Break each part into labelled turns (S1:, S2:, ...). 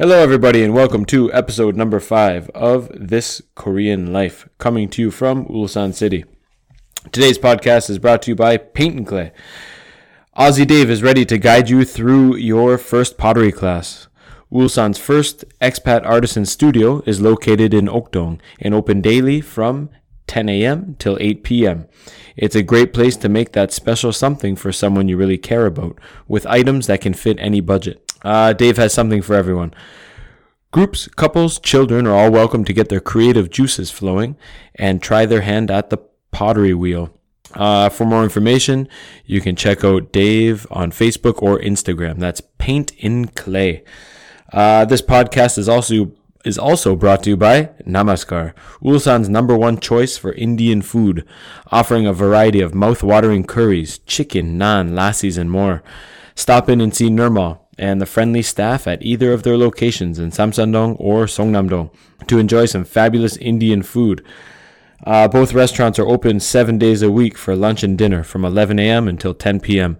S1: Hello, everybody, and welcome to episode number five of This Korean Life, coming to you from Ulsan City. Today's podcast is brought to you by Paint and Clay. Aussie Dave is ready to guide you through your first pottery class. Ulsan's first expat artisan studio is located in Okdong and open daily from 10 a.m. till 8 p.m. It's a great place to make that special something for someone you really care about with items that can fit any budget. Uh, Dave has something for everyone. Groups, couples, children are all welcome to get their creative juices flowing and try their hand at the pottery wheel. Uh, for more information, you can check out Dave on Facebook or Instagram. That's Paint in Clay. Uh, this podcast is also is also brought to you by Namaskar, Ulsan's number one choice for Indian food, offering a variety of mouth-watering curries, chicken, naan, lassis, and more. Stop in and see Nirmal and the friendly staff at either of their locations in Samsandong or Songnamdong to enjoy some fabulous Indian food. Uh, both restaurants are open seven days a week for lunch and dinner from 11 a.m. until 10 p.m.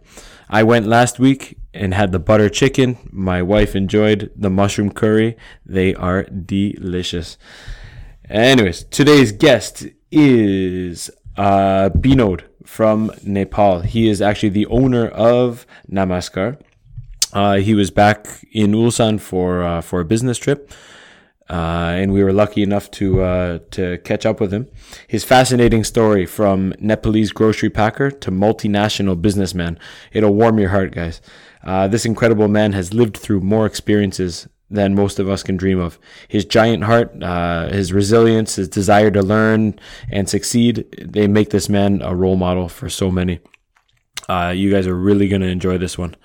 S1: I went last week and had the butter chicken. My wife enjoyed the mushroom curry. They are delicious. Anyways, today's guest is uh, Binod from Nepal. He is actually the owner of Namaskar. Uh, he was back in Ulsan for uh, for a business trip, uh, and we were lucky enough to uh, to catch up with him. His fascinating story from Nepalese grocery packer to multinational businessman. It'll warm your heart, guys. Uh, this incredible man has lived through more experiences than most of us can dream of. His giant heart, uh, his resilience, his desire to learn and succeed, they make this man a role model for so many. Uh, you guys are really going to enjoy this one.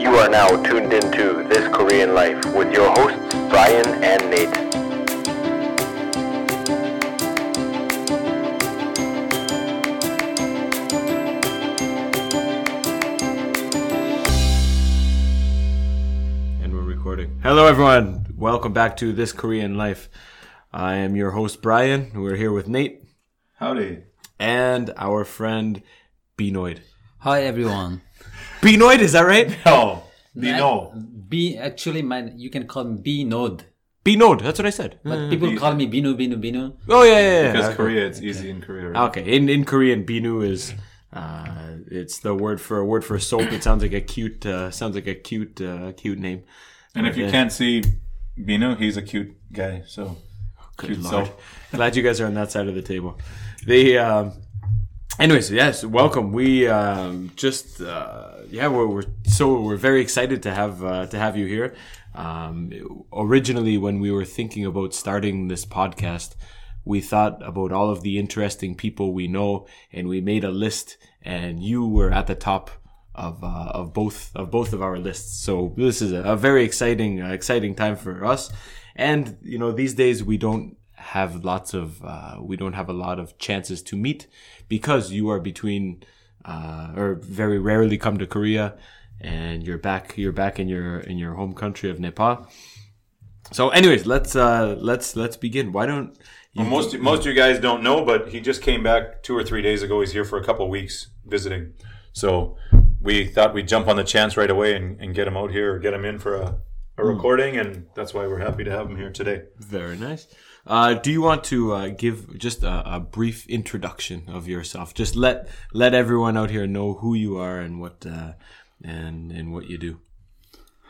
S2: You are now tuned into This Korean Life with your hosts, Brian and Nate.
S1: And we're recording. Hello, everyone. Welcome back to This Korean Life. I am your host, Brian. We're here with Nate
S3: Howdy.
S1: and our friend Binoid.
S4: Hi everyone.
S1: Binoid, is that right?
S3: No. Bino.
S4: B actually my you can call me B Node.
S1: Binoid, that's what I said.
S4: But people call me Binu Binu Binu.
S1: Oh, yeah, yeah, yeah.
S3: Because Korea, it's easy in Korea. Right?
S1: Okay, in, in Korean, binu is. Uh, it's the word for a word for soap. It sounds like a cute, uh, sounds like a cute, uh, cute name.
S3: And if you can't see Bino, he's a cute guy. So
S1: Good
S3: Cute
S1: lord.
S3: soap.
S1: Glad you guys are on that side of the table. The, um, anyways, yes, welcome. We um, just, uh, yeah, we're, we're so we're very excited to have uh, to have you here. Um, originally, when we were thinking about starting this podcast, we thought about all of the interesting people we know, and we made a list. And you were at the top of uh, of both of both of our lists. So this is a, a very exciting uh, exciting time for us. And you know, these days we don't have lots of uh, we don't have a lot of chances to meet because you are between uh, or very rarely come to Korea and you're back you're back in your in your home country of Nepal. So anyways, let's uh let's let's begin. Why don't you
S3: Well, most most of you guys don't know, but he just came back two or three days ago. He's here for a couple weeks visiting. So we thought we'd jump on the chance right away and, and get him out here or get him in for a, a recording. And that's why we're happy to have him here today.
S1: Very nice. Uh, do you want to uh, give just a, a brief introduction of yourself? Just let let everyone out here know who you are and what uh, and and what you do.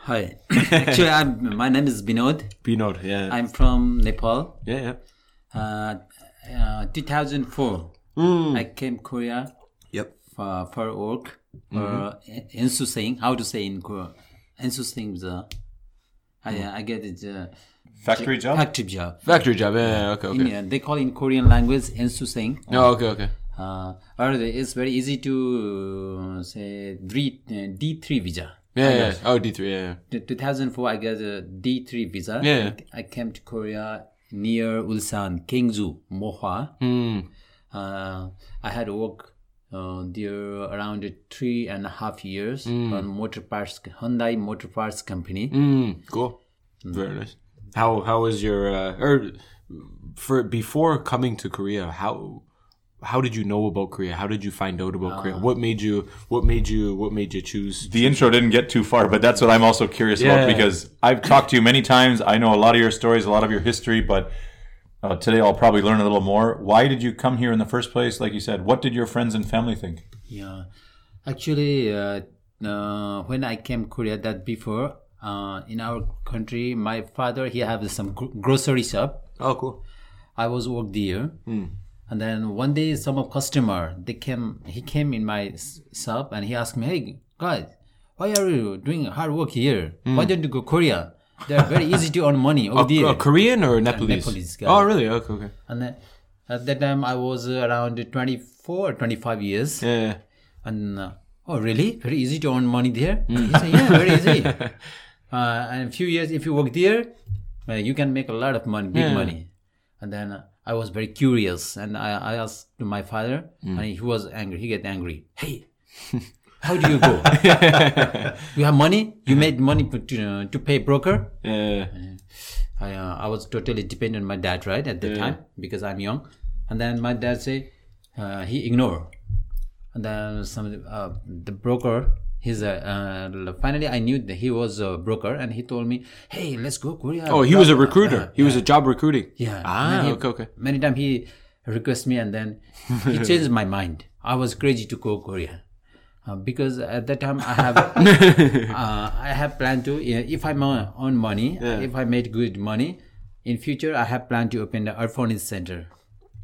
S4: Hi. actually I'm my name is Binod.
S1: Pinot, yeah,
S4: I'm from Nepal.
S1: yeah, yeah.
S4: Uh, uh, 2004 I came Korea
S1: Yep.
S4: for, for work for interesting how to say in Korea. Interesting the I, I get it uh,
S3: Factory job?
S4: active job.
S1: Factory job, yeah, yeah, okay, okay.
S4: In, uh, they call in Korean language interesting.
S1: No, okay, okay.
S4: uh, or the- it's very easy to uh, say three, uh, D3 visa.
S1: Yeah, yeah. Oh, D three, yeah, yeah.
S4: T- 2004, I got a D3 visa.
S1: Yeah.
S4: And I came to Korea near Ulsan, Kingju, Moha. Uh, I had work uh, there around three and a half years on motor parts, Hyundai Motor Parts Company.
S1: Mm, cool. Very nice. er, How how was your uh, or for before coming to Korea? How how did you know about Korea? How did you find out about Korea? What made you what made you what made you choose?
S3: the intro didn't get too far, but that's what I'm also curious about
S1: Yeah.
S3: because I've talked to you many times. I know a lot of your stories, a lot of your history, but uh, today I'll probably learn a little more. Why did you come here in the first place? Like you said, what did your friends and family think?
S4: Yeah, actually, uh, uh, when I came Korea, that before uh, in our country, my father he have some gro- grocery shop.
S1: Oh, cool.
S4: I was work there,
S1: Hmm.
S4: and then one day some of customer they came. He came in my s- shop and he asked me, "Hey guys, why are you doing hard work here?
S1: Hmm.
S4: Why don't you go Korea? They're very easy to earn money over there."
S1: A Oh, Korean or a Nepalese?
S4: Nepalese guy.
S1: Oh, really? Okay, okay.
S4: And then, at that time, I was around 24, 25 years.
S1: Yeah, yeah.
S4: And uh, oh, really? Very easy to earn money there?
S1: Hmm.
S4: He said, yeah, very easy. uh, and a few years, if you work there, uh, you can make a lot of money, big money. And then uh, I was very curious, and I, I asked to my father,
S1: Mm.
S4: and he was angry. He get angry. Hey, how do you go? you have money? You made money to, to, to pay broker?
S1: yeah.
S4: I, uh, I was totally dependent on my dad, right, at that time because I'm young. And then my dad say uh, he ignore. And then some uh, the broker, he's a uh, finally I knew that he was a broker, and he told me, "Hey, let's go Korea."
S1: Oh, he was a recruiter. He was a job recruiting.
S4: yeah. And
S1: Ah,
S4: then he-
S1: okay, okay.
S4: Many times he requests me, and then he changed my mind. I was crazy to go Korea. Uh, because at that time I have uh, I have planned to yeah, if I mo- earn money if I made good money in future I have planned to open the orphanage center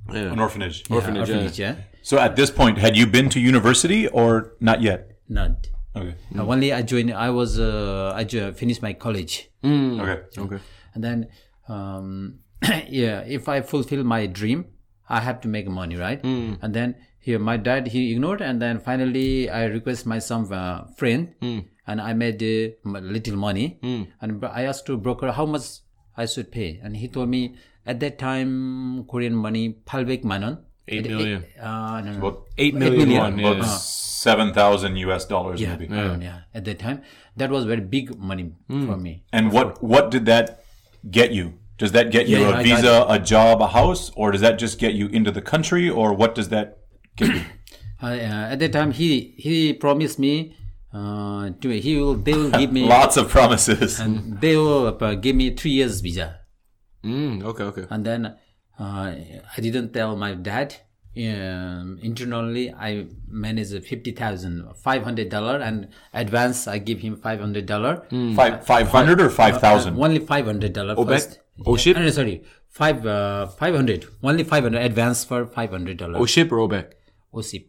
S3: An orphanage.
S1: Orphanage, yeah.
S4: orphanage yeah,
S3: So at this point, had you been to university or not yet?
S4: not
S3: Okay.
S1: Mm.
S4: Uh, only I joined I was uh, I jo- finished my college
S3: Mm. Okay. Okay.
S4: and then um, yeah if i fulfill my dream i have to make money right
S1: Hmm.
S4: and then here my dad he ignored and then finally i request my some uh, friend
S1: Hmm.
S4: and i made uh, m- little money and bro- i asked to broker how much i should pay and he told me at that time korean money 800 manon
S1: Eight million.
S4: uh, no, no, no.
S3: About
S1: Eight million won, yeah.
S3: about seven thousand U.S. dollars,
S4: yeah,
S3: maybe.
S4: manon, yeah at that time that was very big money
S1: Hmm.
S4: for me
S3: And what what did that get you? Does that get you
S4: Yeah,
S3: a
S4: I got
S3: visa, a job, a house, or does that just get you into the country, or what does that get you?
S4: I, uh, at that time he he promised me uh, to he will they will give me
S3: Lots of promises.
S4: they will uh, give me three years visa
S1: Mm, okay, okay.
S4: and then uh, I didn't tell my dad um, internally I managed fifty thousand five hundred dollar and advance I give him five hundred dollar
S3: Five five hundred or five thousand?
S4: only five hundred dollar first
S1: Hmm. Oh, shit.
S4: No, no, sorry five uh, five hundred only five hundhundred advance for five hundred Oh, dollar
S1: Oship Oh, or Obek?
S4: OSIP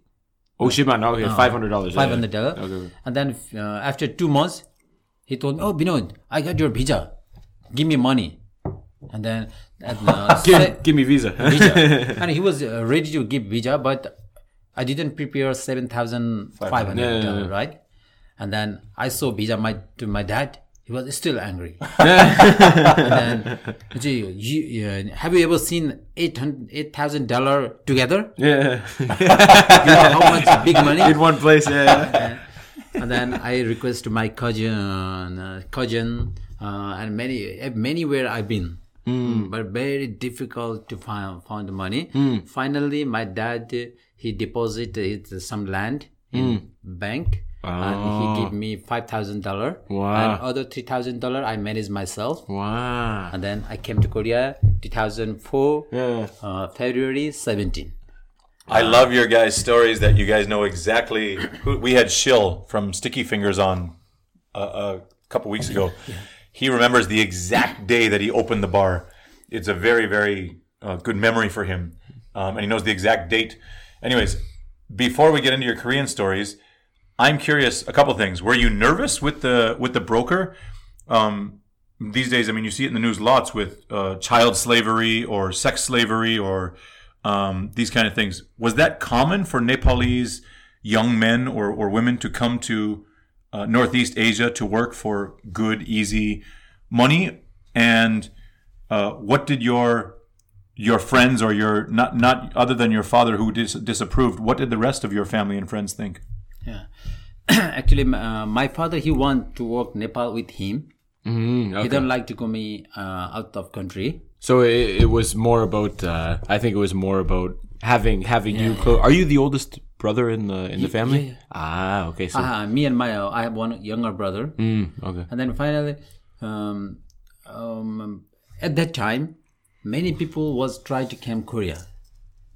S1: Oship, man. Okay,
S4: Oh.
S1: five hundred dollars.
S4: five hundred dollar.
S1: Okay.
S4: And then uh, after two months, he told me, "Oh, Binod, I got your visa. Give me money." And then at the se-
S1: Give, give me visa.
S4: visa, and he was uh, ready to give visa, but I didn't prepare seven thousand five hundred
S1: Yeah, yeah,
S4: dollar, right? And then I saw visa my to my dad. He was still angry. and then, "Gee, you, uh, have you ever seen eight hundred eight thousand dollar together?
S1: yeah,
S4: You know how much big money?
S1: in one place. Yeah.
S4: and then I request to my cousin, uh, cousin, uh, and many eh, many where I've been,
S1: Hmm.
S4: but very difficult to find find the money. Finally, my dad eh, he deposited his- some land
S1: Hmm.
S4: in bank. And he gave me five thousand dollar.
S1: Ah. Wow.
S4: And other three thousand dollar I managed myself.
S1: wow.
S4: And then I came to Korea, two thousand four,
S1: Yeah.
S4: uh, February seventeen.
S3: I love your guys' stories that you guys know exactly. Who, we had Shill from Sticky Fingers on a, a couple weeks ago. He remembers the exact day that he opened the bar. It's a very, very uh, good memory for him, um, and he knows the exact date. Anyways, before we get into your Korean stories, I'm curious. A couple things. Were you nervous with the with the broker? Um, these days, I mean, you see it in the news lots with uh, child slavery or sex slavery or um, these kind of things. Was that common for Nepalese young men or, or women to come to uh, Northeast Asia to work for good, easy money? And uh, what did your your friends or your not not other than your father who dis- disapproved? What did the rest of your family and friends think?
S4: actually m- uh, my father he want to work nepal with him
S1: Mm,
S4: He
S1: okay.
S4: don't like to go me uh, out of country.
S1: So it, it was more about. Uh, I think it was more about having having you close. Are you the oldest brother in the in the family?
S4: yeah.
S1: Ah, okay. So
S4: Uh, me and my uh, I have one younger brother,
S1: mm, okay.
S4: and then finally, um, um, at that time, many people was try to come Korea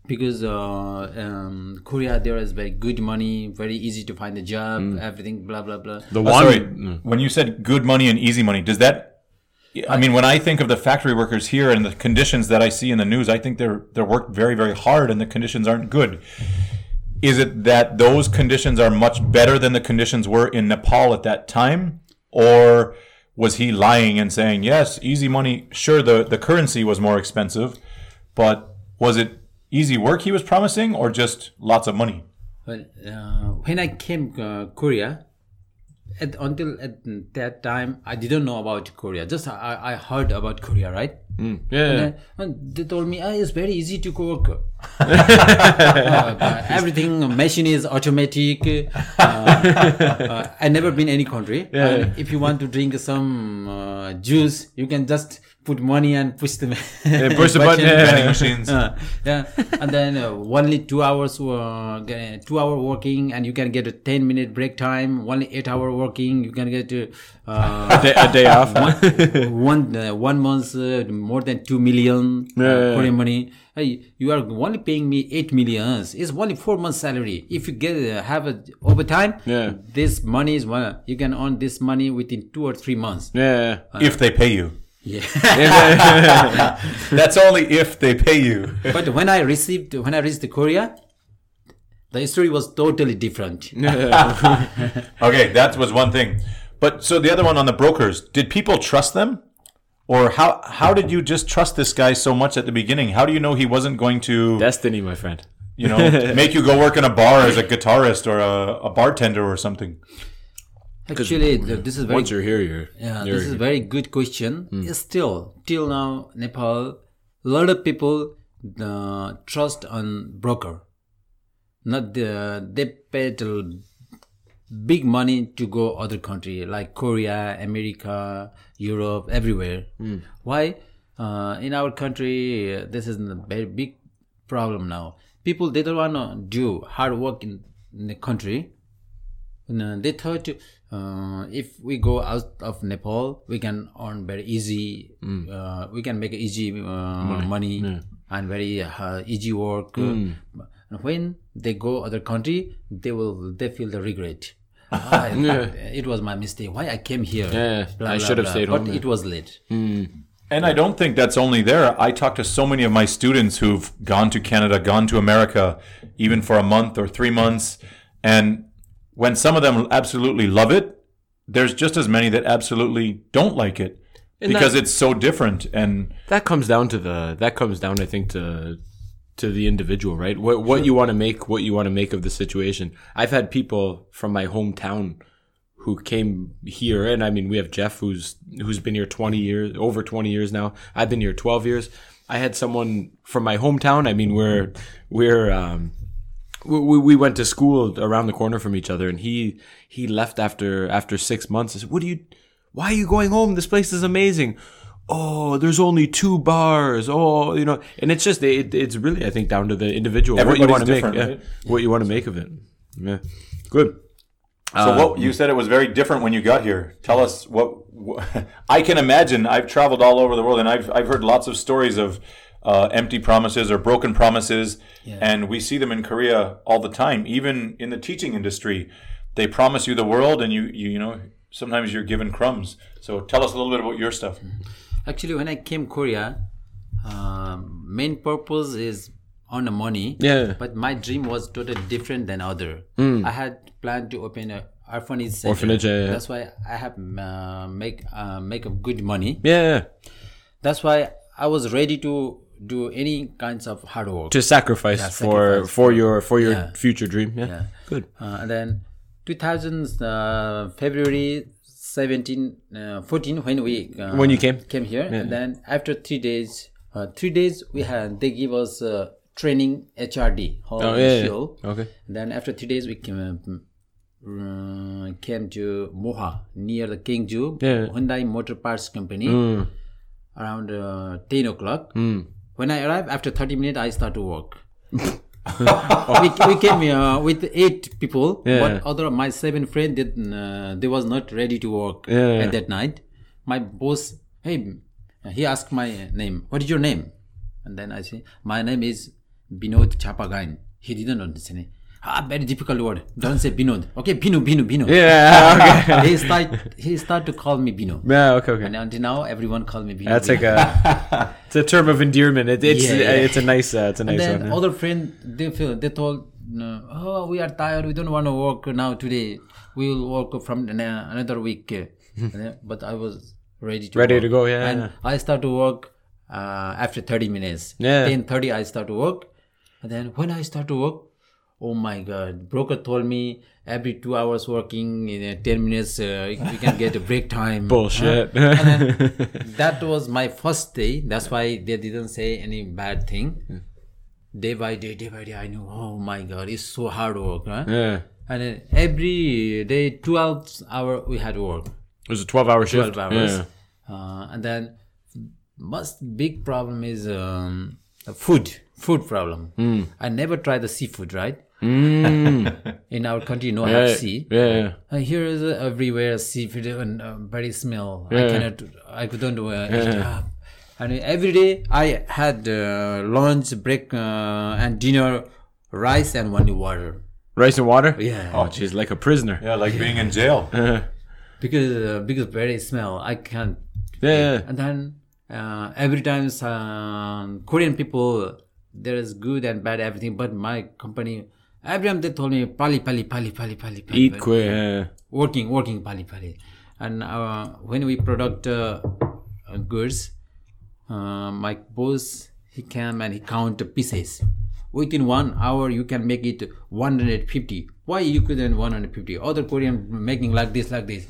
S4: because uh, um, Korea there is very good money, very easy to find a job, everything, blah blah blah.
S1: Mm. The
S3: Oh,
S1: one. Mm.
S3: sorry. When you said good money and easy money, does that? I mean, when I think of the factory workers here and the conditions that I see in the news, I think they're they're worked very very hard and the conditions aren't good. Is it that those conditions are much better than the conditions were in Nepal at that time, or was he lying and saying yes, easy money? Sure, the the currency was more expensive, but was it easy work he was promising, or just lots of money?
S4: Well, uh, when I came uh, Korea, at, until at that time, I didn't know about Korea. Just I, I heard about Korea, right?
S1: Mm. Yeah.
S4: And, and they told me, ah, it's very easy to work. Uh, everything, machine is automatic. Uh, uh, I never been any country. And If you want to drink some uh, juice, you can just put money and push the
S1: push the button,
S3: Vending machines.
S4: uh, yeah, and then uh, only two hours, uh, get- two hour working, and you can get a ten minute break time. Only eight hour working, you can get uh,
S1: Day- a day off.
S4: one uh, one month uh, more than two million uh, Korean money. Hey, you are only paying me eight millions. It's only four months salary. If you get uh, have a overtime,
S1: Yeah.
S4: this money is one. You can earn this money within two or three months.
S1: yeah.
S3: if they pay you.
S4: Yeah.
S3: That's only if they pay you.
S4: but when I received when I reached Korea, the story was totally different.
S3: Okay, that was one thing. But so the other one on the brokers, did people trust them? Or how how did you just trust this guy so much at the beginning? How do you know he wasn't going to,
S1: Destiny, my friend.
S3: you know, make you go work in a bar as a guitarist or a, a bartender or something?
S4: Actually, th- this is very
S1: Once you're here, Hmm. you're.
S4: yeah,
S1: you're
S4: this is very good question. Still, till now, Nepal, a lot of people uh, trust on broker. Not the they paid l- big money to go other country like Korea, America, Europe, everywhere.
S1: Hmm.
S4: Why? Uh, in our country, uh, this is a very big problem now. People they don't want to do hard work in, in the country. No, they thought uh, if we go out of Nepal, we can earn very easy.
S1: Mm.
S4: Uh, we can make easy uh, money, and very uh, easy work.
S1: Mm.
S4: And when they go other country, they will they feel the regret. Ah, It was my mistake. Why I came here?
S1: Yeah, I should have stayed
S4: But
S1: home,
S4: it was late.
S3: And I don't think that's only there. I talk to so many of my students who've gone to Canada, gone to America, even for a month or three months. And when some of them absolutely love it, there's just as many that absolutely don't like it because it's so different. And
S1: that comes down to the that comes down i think to to the individual right what what you want to make what you want to make of the situation i've had people from my hometown who came here and i mean we have jeff who's who's been here 20 years over 20 years now i've been here 12 years i had someone from my hometown i mean we're we're um we, we we went to school around the corner from each other and he he left after after six months I said, what do you why are you going home this place is amazing oh there's only two bars oh you know and it's just it, it's really i think down to the individual what you
S3: Everybody's
S1: want to make
S3: different,
S1: yeah,
S3: right?
S1: what you want to make of it yeah good
S3: so, what you said it was very different when you got here. Tell us what, what I can imagine. I've traveled all over the world and I've, I've heard lots of stories of uh, empty promises or broken promises. And we see them in Korea all the time, even in the teaching industry. They promise you the world and you, you, you know, sometimes you're given crumbs. So, tell us a little bit about your stuff.
S4: Actually, when I came Korea, um, main purpose is on the money.
S1: Yeah. Hmm.
S4: But my dream was totally different than other. I had planned to open a orphanage. Center.
S1: Orphanage, yeah, yeah.
S4: That's why I have uh, make uh, make up good money.
S1: yeah, yeah
S4: That's why I was ready to do any kinds of hard work.
S1: to sacrifice for
S4: sacrifice
S1: for your for your future dream yeah, good
S4: Uh, and then 2000 uh, February 17 uh, 14 when we uh,
S1: When you came?
S4: came here and then after three days uh, three days we had they give us uh, training HRD whole
S1: Oh, yeah, yeah.
S4: show.
S1: Okay.
S4: and then after three days we came um, uh, came to Moha near the Kingju
S1: Yeah. Hmm.
S4: Hyundai Motor Parts Company around uh, 10 o'clock. When I arrived, after 30 minutes, I start to work. we, we came uh, with eight people, but other my seven friend did uh, they was not ready to work
S1: Yeah.
S4: at that night. My boss, hey, he asked my name. What is your name? And then I say, my name is Binod Chapagain. He didn't understand it. Ah, very difficult word. Don't say Binod. Okay, Binu, Binu, Binu.
S1: Yeah. Okay.
S4: he start he start to call me Bino.
S1: yeah. Okay. Okay.
S4: And until now, everyone call me Bino.
S1: That's
S4: Bino.
S1: like a it's a term of endearment. It, it's
S4: Yeah, yeah.
S1: it's a nice uh, it's a nice
S4: then
S1: one. yeah.
S4: other friend they feel they told no, oh we are tired we don't want to work now today we will work from an- another week And then- but i was ready to
S1: Ready
S4: work.
S1: to go, yeah,
S4: and
S1: yeah.
S4: i start to work uh, after 30 minutes
S1: Yeah.
S4: then 30 i start to work and then when i start to work oh my god broker told me every two hours working in uh, 10 minutes uh, we can get a break time
S1: Bullshit.
S4: that was my first day. That's why they didn't say any bad thing. Day by day, day by day, I knew, oh my God, it's so hard work. Huh?
S1: yeah.
S4: And then every day, 12 hour we had work,
S1: It was a twelve hour shift.
S4: 12 hours.
S1: Yeah.
S4: Uh, and then most big problem is um, the food, food problem.
S1: Hmm.
S4: I never tried the seafood, right? In our country, no have
S1: Yeah.
S4: sea.
S1: yeah, yeah.
S4: Uh, here is uh, everywhere seafood and uh, very smell. I cannot, I couldn't uh, eat up. And every day I had uh, lunch, break, uh, and dinner, rice and only water.
S1: Rice and water?
S4: Yeah.
S1: Oh jeez, like a prisoner.
S3: Yeah, like being in jail.
S4: Because uh, because very smell, I can't.
S1: Yeah.
S4: And then uh, every time um, Korean people, there is good and bad everything. But my company, every time they told me pali pali pali pali pali. pali
S1: Eat
S4: pali."
S1: quick. Yeah.
S4: working working pali pali and uh, when we product uh, uh, goods uh, my boss he came and he count the pieces within one hour you can make it 150 why you couldn't 150 other korean making like this like this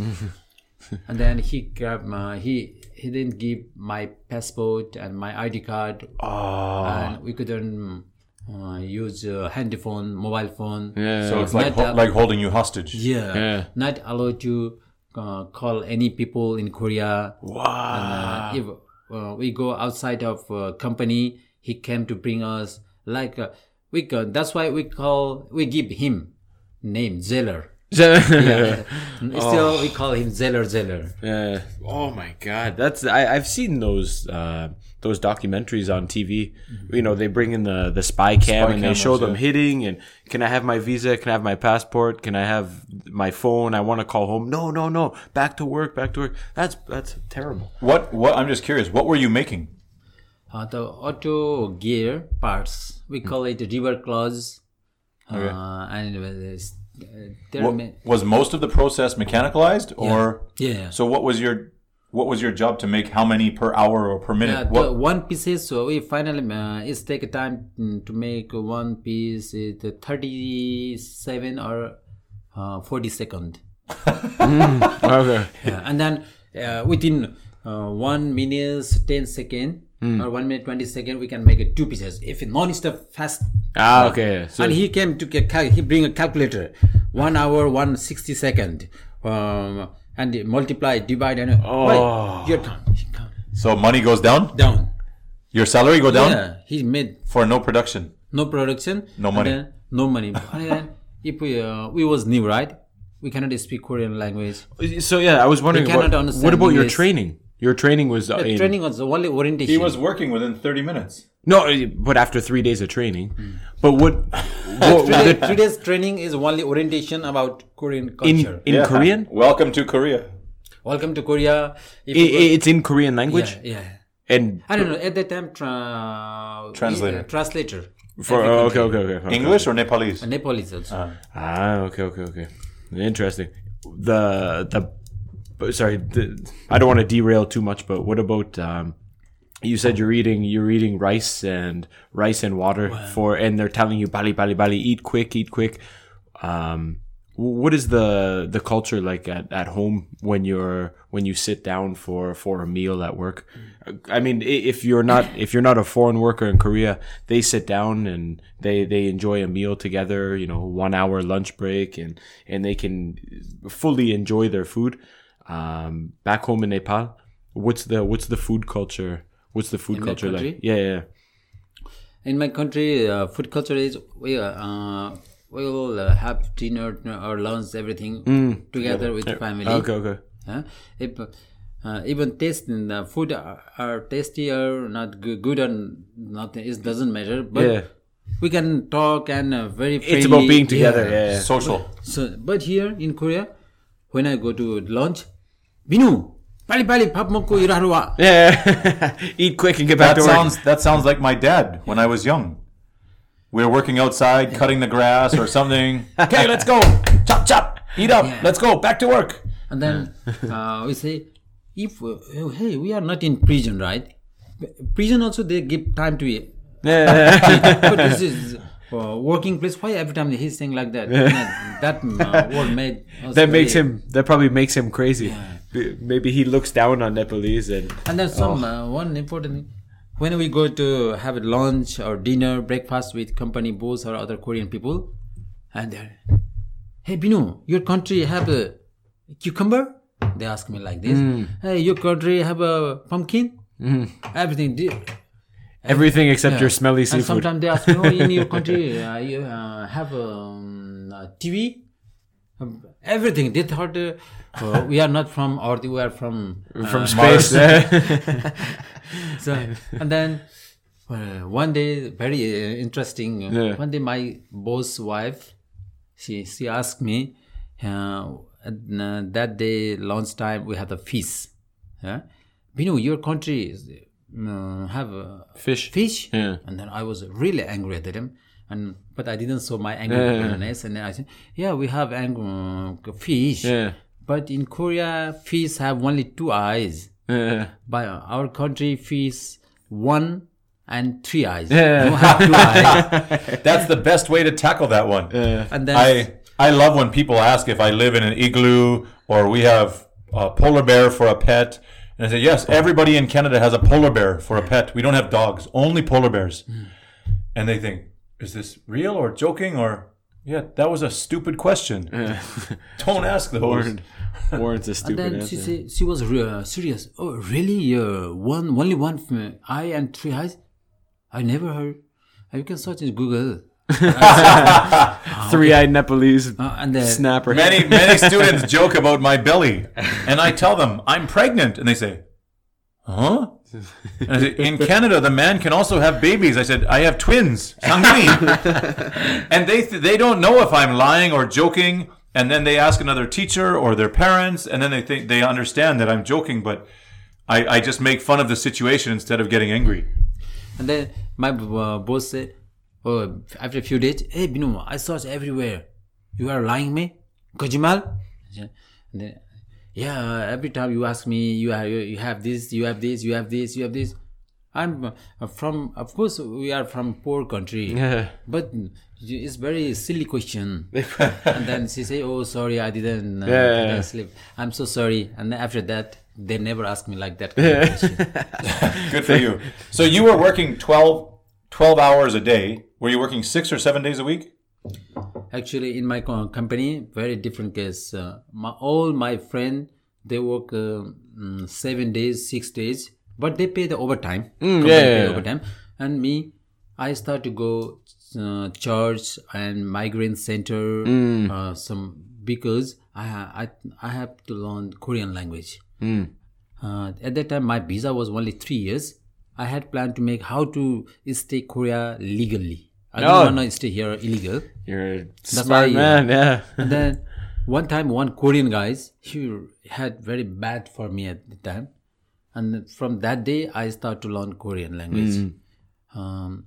S4: and then he grabbed my he he didn't give my passport and my id card
S3: Ah,
S1: Ah.
S4: and we couldn't uh, use uh, handy phone mobile phone
S1: Yeah.
S3: So it's like
S4: Not
S3: ho-
S4: that-
S3: like holding you hostage.
S4: yeah.
S1: Yeah.
S4: Not allowed to uh, call any people in Korea.
S1: wow.
S4: Uh, if uh, we go outside of uh, company, he came to bring us like uh, we. ca- that's why we call we give him name Zeller.
S1: yeah.
S4: Still, we call him Zeller Zeller.
S1: Yeah. Oh my God, that's I, I've seen those uh, those documentaries on TV. You know, they bring in the the Mm-hmm. spy cam and they
S3: cameras,
S1: show them
S3: yeah.
S1: hitting and can I have my visa? Can I have my passport? Can I have my phone? I want to call home. No, no, no. Back to work. Back to work. That's that's terrible.
S3: What what I'm just curious, what were you making?
S4: Uh, the auto gear parts we call it river claws. Uh, And uh, there's- uh, there are
S3: What,
S4: ma-
S3: was most of the process mechanicalized or
S4: yeah.
S3: So what was your what was your job to make how many per hour or per minute?
S4: Yeah,
S3: what
S4: Uh, the one piece is so we finally uh, it's take time mm, to make one piece is the 37 or uh, 40 second
S1: Okay.
S4: yeah. and then uh, within uh, 1 minute 10 second or 1 minute 20 second we can make it two pieces if non-stop fast
S1: Ah, okay. So
S4: and he came to ca- cal- he bring a calculator one hour 160 second um, and multiply divide and oh your time he come
S3: so money goes down?
S4: down
S3: Your salary go down
S4: yeah he made
S3: for no production.
S4: no production
S3: No
S4: and
S3: money.
S4: then no money And then if we uh, we was new right we cannot speak korean language
S1: so yeah, I was wondering
S4: cannot
S1: what,
S4: understand
S1: what about your
S4: English.
S1: training? Your training was uh, in-
S4: training was only orientation
S3: He was working within 30 minutes.
S1: no, uh, but after three days of training. But what, what
S4: Today-
S1: the-
S4: today's training is only orientation about korean culture
S1: in in Korean?
S3: Welcome to Korea.
S4: welcome to korea if
S1: I-
S4: you go-
S1: i- it's in Korean language
S4: yeah, yeah
S1: and
S4: I don't know. At that time, tra-
S3: Translator.
S4: uh, translator
S1: for oh, okay,
S4: Every country.
S1: okay, okay, okay.
S3: English or Nepalese?
S4: Nepalese also.
S1: Ah, okay, okay, okay. Interesting. The the but sorry, the, I don't want to derail too much, but what about um you said you're eating you're eating rice and rice and water for and they're telling you bali bali bali eat quick, eat quick. Um what is the the culture like at, at home when you're when you sit down for for a meal at work? Uh, I mean, i- if you're not if you're not a foreign worker in Korea, they sit down and they they enjoy a meal together. You know, one hour lunch break and and they can fully enjoy their food. Um, back home in Nepal, what's the what's the food culture? What's the food
S4: that
S1: culture like?
S4: country?
S1: Yeah, yeah, yeah.
S4: In my country, uh, food culture is we uh, we'll uh, have dinner or lunch everything together with family.
S1: Okay, okay.
S4: Huh? If, uh, even tasting the food are, are tasty or not good, good or not, it doesn't matter. But
S1: Yeah.
S4: we can talk and uh, very. Friendly.
S1: It's about being together. Yeah, yeah.
S3: Social.
S4: So, but here in Korea, when I go to lunch, Binu, 빨리 빨리 밥 먹고 일하러 와.
S1: Yeah, eat quick and get back
S3: That
S1: to work.
S3: sounds that sounds like my dad when I was young. We were working outside, cutting the grass or something. okay, let's go. Chop chop. Eat up. Let's go. Back to work.
S4: And then uh, we say, if uh, hey, we are not in prison, right? Prison also they give time to eat.
S1: yeah,
S4: but this is uh, working place. Why every time he's saying like that? that uh, word made us
S1: that makes
S4: very-
S1: him. That probably makes him crazy. B- Maybe he looks down on Nepalese and
S4: And then some
S1: Oh.
S4: uh, one important thing. When we go to have a lunch or dinner, breakfast with company boss or other Korean people, and they're, hey Binu, your country have a cucumber? They ask me like this.
S1: Mm.
S4: Hey, your country have a pumpkin? Everything. di-
S1: everything except your smelly
S4: And
S1: seafood.
S4: sometimes they ask me, oh, in your country uh, you uh, have um, a TV? Um, Everything. They thought uh, uh, we are not from Earth, we are from uh,
S1: from space.
S4: so and then uh, one day very uh, interesting uh,
S1: Yeah.
S4: one day my boss wife she she asked me uh, at, uh, that day lunchtime we had a feast yeah you know your country is, uh, have a
S1: Fish.
S4: fish
S1: Yeah.
S4: and then i was really angry at them and but i didn't show my anger
S1: Yeah, yeah, yeah.
S4: and then i said yeah we have ang- uh, fish
S1: Yeah.
S4: but in korea fish have only two eyes
S1: Yeah.
S4: by uh, our country fees one and three eyes.
S1: Yeah.
S4: You have two eyes.
S3: That's the best way to tackle that one.
S4: And then
S3: I I love when people ask if I live in an igloo or we have a polar bear for a pet. And I say, yes, everybody in Canada has a polar bear for a pet. We don't have dogs, only polar bears. And they think, is this real or joking or yeah, that was a stupid question. Don't ask those.
S1: Warren. Warren's a
S4: and
S1: stupid
S4: then she
S1: answer.
S4: say, she was re- uh, serious. Oh, really? Uh, one only one f- eye and three eyes? I never heard. Uh, You can search in Google.
S1: Three-eyed Nepalese
S4: Uh, and then
S1: snapper.
S3: Many many students joke about my belly, and I tell them I'm pregnant, and they say, "Huh?" And I say, In Canada, the man can also have babies. I said, "I have twins, sanguine," and they th- they don't know if I'm lying or joking. And then they ask another teacher or their parents, and then they think they understand that I'm joking, but I, I just make fun of the situation instead of getting angry.
S4: And then my uh, boss said, oh, after a few days, hey, Binu, I searched everywhere. You are lying me? Kojimal? And then, yeah, every time you ask me, you, are, you, you have this, you have this, you have this, you have this. I'm uh, from, of course, we are from poor country.
S1: Yeah.
S4: But it's very silly question. and then she say, oh, sorry, I didn't, uh,
S1: Yeah.
S4: didn't sleep. I'm so sorry. And after that, they never ask me like that kind of question.
S3: Good for you. So you were working 12, 12 hours a day. Were you working six or seven days a week?
S4: actually in my co- company very different case uh, my, all my friend they work uh, mm, seven days six days but they pay the overtime Company
S1: Mm, yeah, yeah,
S4: pay
S1: yeah.
S4: overtime and me i start to go uh, church and migrant center
S1: Mm.
S4: uh, some because I, ha- I i have to learn korean language
S1: Mm.
S4: uh, at that time my visa was only three years i had planned to make how to stay korea legally i don't
S1: Oh.
S4: want to stay here illegal
S1: You're a
S4: why
S1: smart
S4: you-
S1: man. Yeah.
S4: and then one time, one Korean guys, he had very bad for me at the time, and from that day, I start to learn Korean language.
S1: Mm.
S4: Um,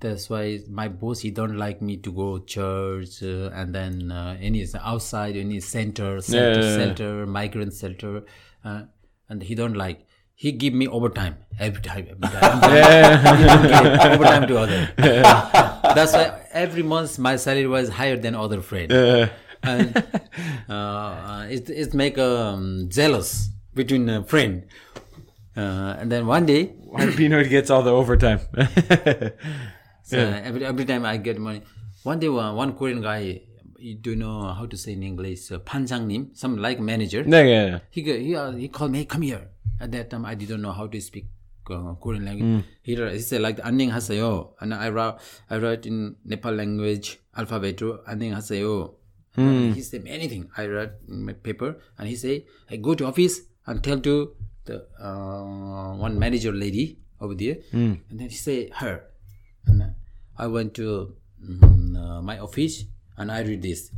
S4: that's why my boss he don't like me to go church uh, and then uh, any outside any center, center,
S1: yeah, yeah.
S4: shelter, migrant shelter, uh, and he don't like. He give me overtime every time. Every time. He don't give overtime to other. That's why every month my salary was higher than other friend. and uh, uh, it it make um, jealous between a friend. Uh, and then one day,
S1: Pinoy gets all the overtime.
S4: so every every time I get money, one day one, one Korean guy, you do know how to say in English, uh, panjangnim, some like manager.
S1: yeah, yeah, yeah.
S4: he go- he, uh, he called me, "Hey, come here. At that time, I didn't know how to speak uh, Korean language. He, wrote- he said like "안녕 하세요," and I wrote I wrote in Nepal language alphabet too, "안녕 하세요." And He said anything. I wrote in my paper, and he said, "I go to office and tell to the uh, one manager lady over there," and then he said her, and I- I went to mm, uh, my office and I read this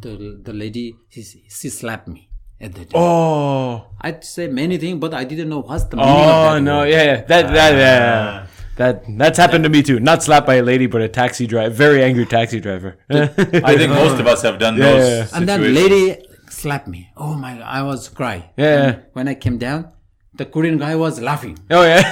S4: the the lady she, she slapped me at the time.
S1: Oh,
S4: I'd say many things, but I didn't know what's the meaning of
S1: oh
S4: that
S1: no,
S4: word.
S1: yeah, yeah. That, that, yeah, yeah.
S3: Ah.
S1: yeah. That that's happened to me too. Not slapped by a lady, but a taxi driver, very angry taxi driver.
S3: I think most of us have done those.
S1: yeah.
S4: And that
S3: situations.
S4: lady slapped me. Oh my! God, I was crying.
S1: yeah.
S4: When I came down, the Korean guy was laughing,
S1: Oh yeah.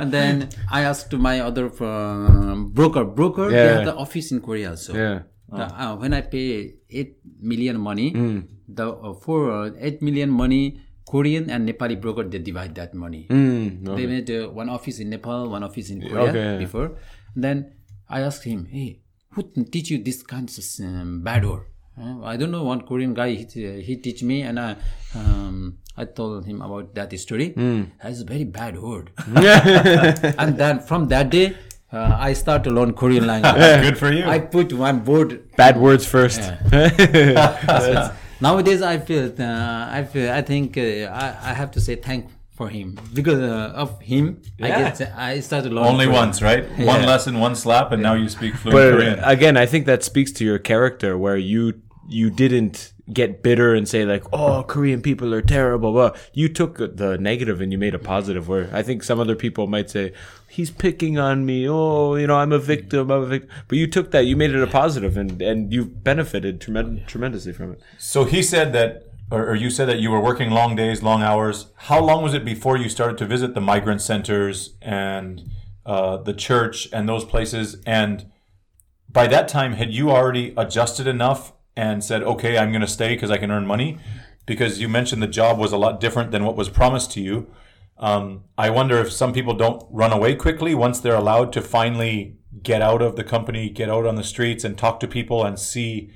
S4: and then I asked to my other um, broker. Broker, they
S1: Yeah.
S4: have the office in Korea, so.
S1: Yeah.
S4: The, uh, when I pay eight million money,
S1: Hmm.
S4: the uh, for uh, eight million money, Korean and Nepali broker they divide that money.
S1: Hmm,
S4: They made uh, one office in Nepal, one office in Korea
S1: okay, yeah.
S4: before. Then I asked him, "Hey, who t- teach you this kind of um, bad word?" Uh, I don't know. One Korean guy he, t- he teach me, and I um, I told him about that story. That's a very bad word. and then from that day, uh, I start to learn Korean language.
S3: Good for you.
S4: I put one word
S1: Bad words first.
S4: nowadays i feel uh, i feel i think uh, I, I have to say thank for him because uh, of him i get i started learning
S3: Only
S4: Korean.
S3: once, right? One lesson, one slap, and now you speak fluent Korean.
S1: But again, I think that speaks to your character, where you you didn't get bitter and say like, "Oh, Korean people are terrible." Blah. You took the negative and you made a positive. Where I think some other people might say, "He's picking on me." Oh, you know, I'm a victim. I'm a victim. But you took that, you made it a positive, and and you benefited trem- tremendously from it.
S3: so he said that, or, or you said that you were working long days, long hours. How long was it before you started to visit the migrant centers and uh, the church and those places? And by that time, had you already adjusted enough and said, okay, I'm going to stay because I can earn money? Because you mentioned the job was a lot different than what was promised to you. Um, I wonder if some people don't run away quickly once they're allowed to finally get out of the company, get out on the streets, and talk to people and see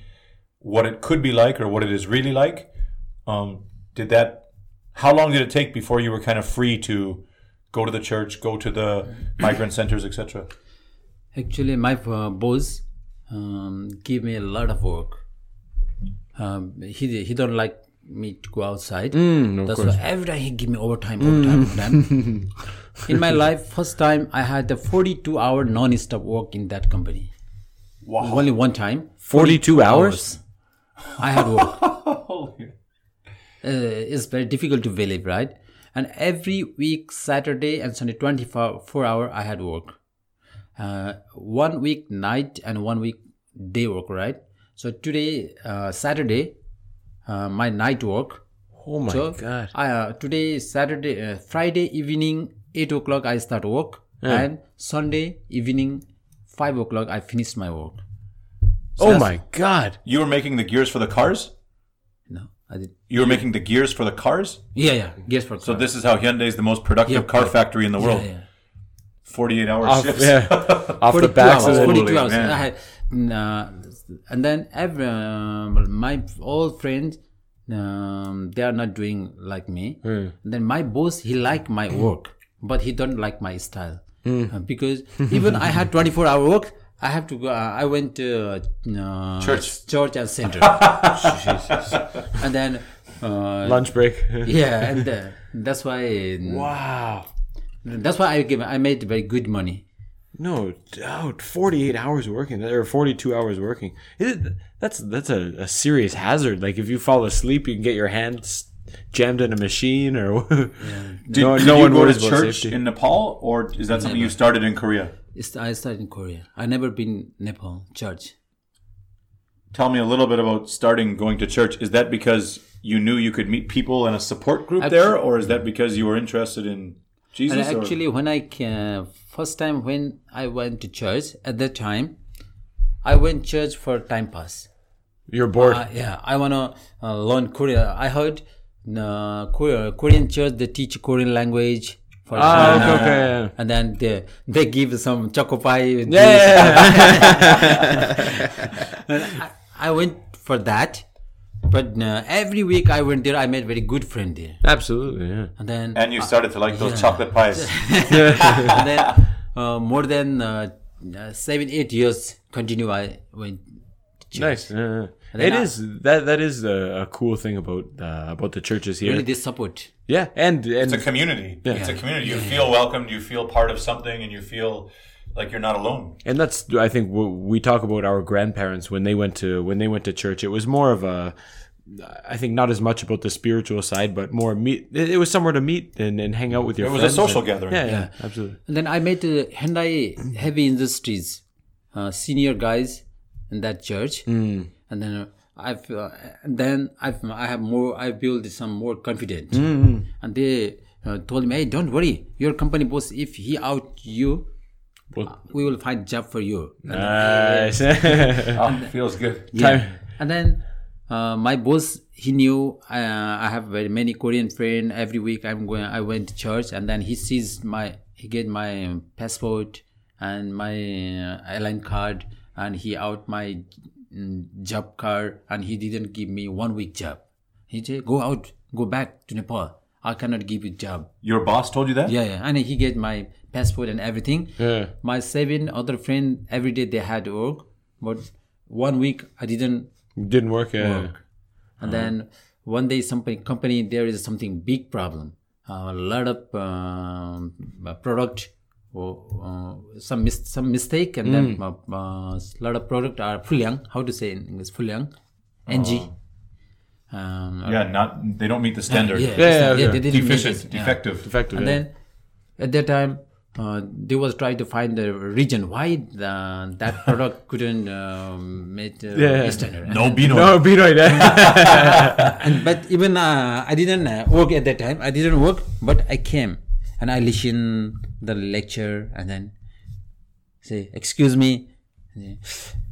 S3: what it could be like or what it is really like. Um, did that? How long did it take before you were kind of free to go to the church, go to the migrant centers, etc.?
S4: actually my uh, boss um, give me a lot of work um, he he don't like me to go outside
S3: Mm,
S4: that's why every time he give me overtime overtime overtime in my life first time i had a 42 hour non-stop work in that company wow only one time
S1: Forty-two hours.
S4: hours. I had work. Uh, it's very difficult to believe, right? And every week, Saturday and Sunday, 24 four hour, I had work. Uh, one week night and one week day work, right? So today, uh, Saturday, uh, my night work.
S1: Oh my
S4: So
S1: god.
S4: I, uh, today, Saturday, uh, Friday evening, 8 o'clock, I start work. And Sunday evening, 5 o'clock, I finish my work.
S1: Oh my god.
S3: You were making the gears for the cars.
S4: No, I did.
S3: You were making the gears for the cars.
S4: Yeah, yeah, gears for
S3: So this is how Hyundai is the most productive
S4: Yeah.
S3: car factory in the world.
S4: Yeah, yeah.
S3: Forty-eight hour
S1: Off,
S3: shifts.
S1: Uh, yeah. Off the
S4: 42
S1: backs of
S4: hours,
S1: the
S4: 42
S3: Holy
S4: hours.
S3: man.
S4: I had, uh, and then every um, my old friends um, they are not doing like me
S1: Hmm.
S4: then my boss he like my work but he don't like my style
S1: Hmm.
S4: Uh, because even i had 24 hour work i have to go uh, i went to uh,
S3: Church.
S4: church and center and then uh,
S1: lunch break.
S4: yeah and uh, that's why
S1: wow.
S4: that's why i give i made very good money
S1: No doubt, forty-eight hours working or forty-two hours working. It, that's that's a, a serious hazard. Like if you fall asleep, you can get your hands jammed in a machine, or
S3: Did,
S1: no,
S3: did
S1: no
S3: you
S1: one
S3: go to
S1: worries about
S3: church
S1: safety.
S3: in Nepal, or is that something you started in Korea?
S4: It's- I started in Korea. I never been Nepal church.
S3: Tell me a little bit about starting going to church. Is that because you knew you could meet people in a support group there, or is that because you were interested in
S4: And
S3: Jesus? or-
S4: actually, when I ca- first time when I went to church at that time, I went church for time pass.
S1: You're bored.
S4: Uh, yeah, I wanna uh, learn Korea. I heard uh, Korea, Korean church they teach Korean language for
S1: Ah,
S4: China.
S1: okay, okay.
S4: and then they they give some choco pie. with
S1: Yeah,
S4: this.
S1: yeah, yeah.
S4: I went for that, but uh, every week I went there. I made very good friend there,
S1: absolutely. Yeah.
S4: and then
S3: And you started to like those chocolate pies.
S4: and then uh, more than uh, uh, seven eight years continue. I went.
S1: Nice. Yeah, yeah.
S4: then
S1: It
S4: I-
S1: is that that is a, a cool thing about uh, about the churches here.
S4: Really, they support.
S1: Yeah, and and
S3: It's a community. It's a community. You feel welcomed. You feel part of something, and you feel like you're not alone.
S1: and that's I think w- we talk about our grandparents when they went to when they went to church. It was more of a I think not as much about the spiritual side, but more meet. It, it was somewhere to meet and, and hang out with your.
S3: It was a
S1: friends
S3: social
S1: and-
S3: gathering.
S1: Yeah, yeah, absolutely.
S4: And then I met uh, Hyundai Heavy Industries uh, senior guys in that church, and then uh, I've uh, and then I've I have more I built some more confidence, and they uh, told me, hey, don't worry, your company boss, if he out you,
S1: Well-
S4: we will find job for you. And
S1: Nice.
S3: Oh, feels good.
S4: yeah. And then uh, my boss, he knew uh, I have very many Korean friends. Every week I'm going, I went to church, and then he sees my, he get my um, passport and my uh, airline card, and he out my mm, job card, and he didn't give me one week job. He said, "Go out, go back to Nepal. I cannot give you job."
S3: Your boss told you that?
S4: Yeah, yeah. And he get my passport and everything.
S1: Yeah.
S4: My seven other friend every day they had work, but one week I didn't
S1: Didn't work. uh, Yeah.
S4: and then one day somebody company there is something big problem Uh, a lot of um, uh, product or uh, some mis- some mistake and then a uh, uh, lot of product are fulyang how to say in english fulyang ng um, uh,
S3: Yeah, not they don't meet the standard.
S4: yeah,
S1: yeah,
S4: yeah,
S1: yeah.
S4: they didn't make
S3: Deficient,
S4: it, yeah.
S3: defective.
S1: Effective.
S4: and
S1: yeah.
S4: then at that time uh, they was trying to find the region why the, that product couldn't um, meet uh,
S1: Yeah.
S4: standard
S3: No Bino.
S1: no, be right. eh?
S4: and but even uh, I didn't uh, work at that time. I didn't work, but I came and I listened the lecture and then say, "Excuse me,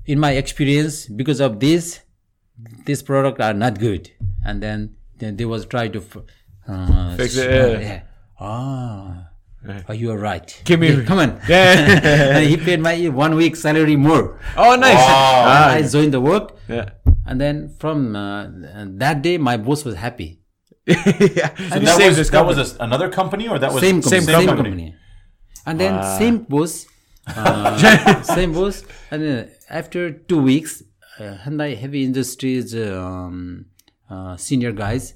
S4: in my experience, because of this, this product are not good." And then then they was try to f- uh,
S1: Fix it,
S4: s- uh,
S1: yeah.
S4: Ah. Oh, you are right.
S1: Give me-
S4: Yeah, come on.
S1: Yeah.
S4: and he paid my one week salary more.
S1: oh, nice.
S3: Wow.
S1: Ah,
S4: I joined the work.
S1: yeah.
S4: And then from uh, that day, my boss was happy.
S1: yeah. So you
S3: that
S1: saved
S3: was,
S1: this
S3: that
S1: company.
S3: was a s another company or that was
S4: Same company. Same,
S1: same
S4: company. And then same boss. uh, same boss. And then after two weeks, uh, Hyundai Heavy Industries um, uh, senior guys,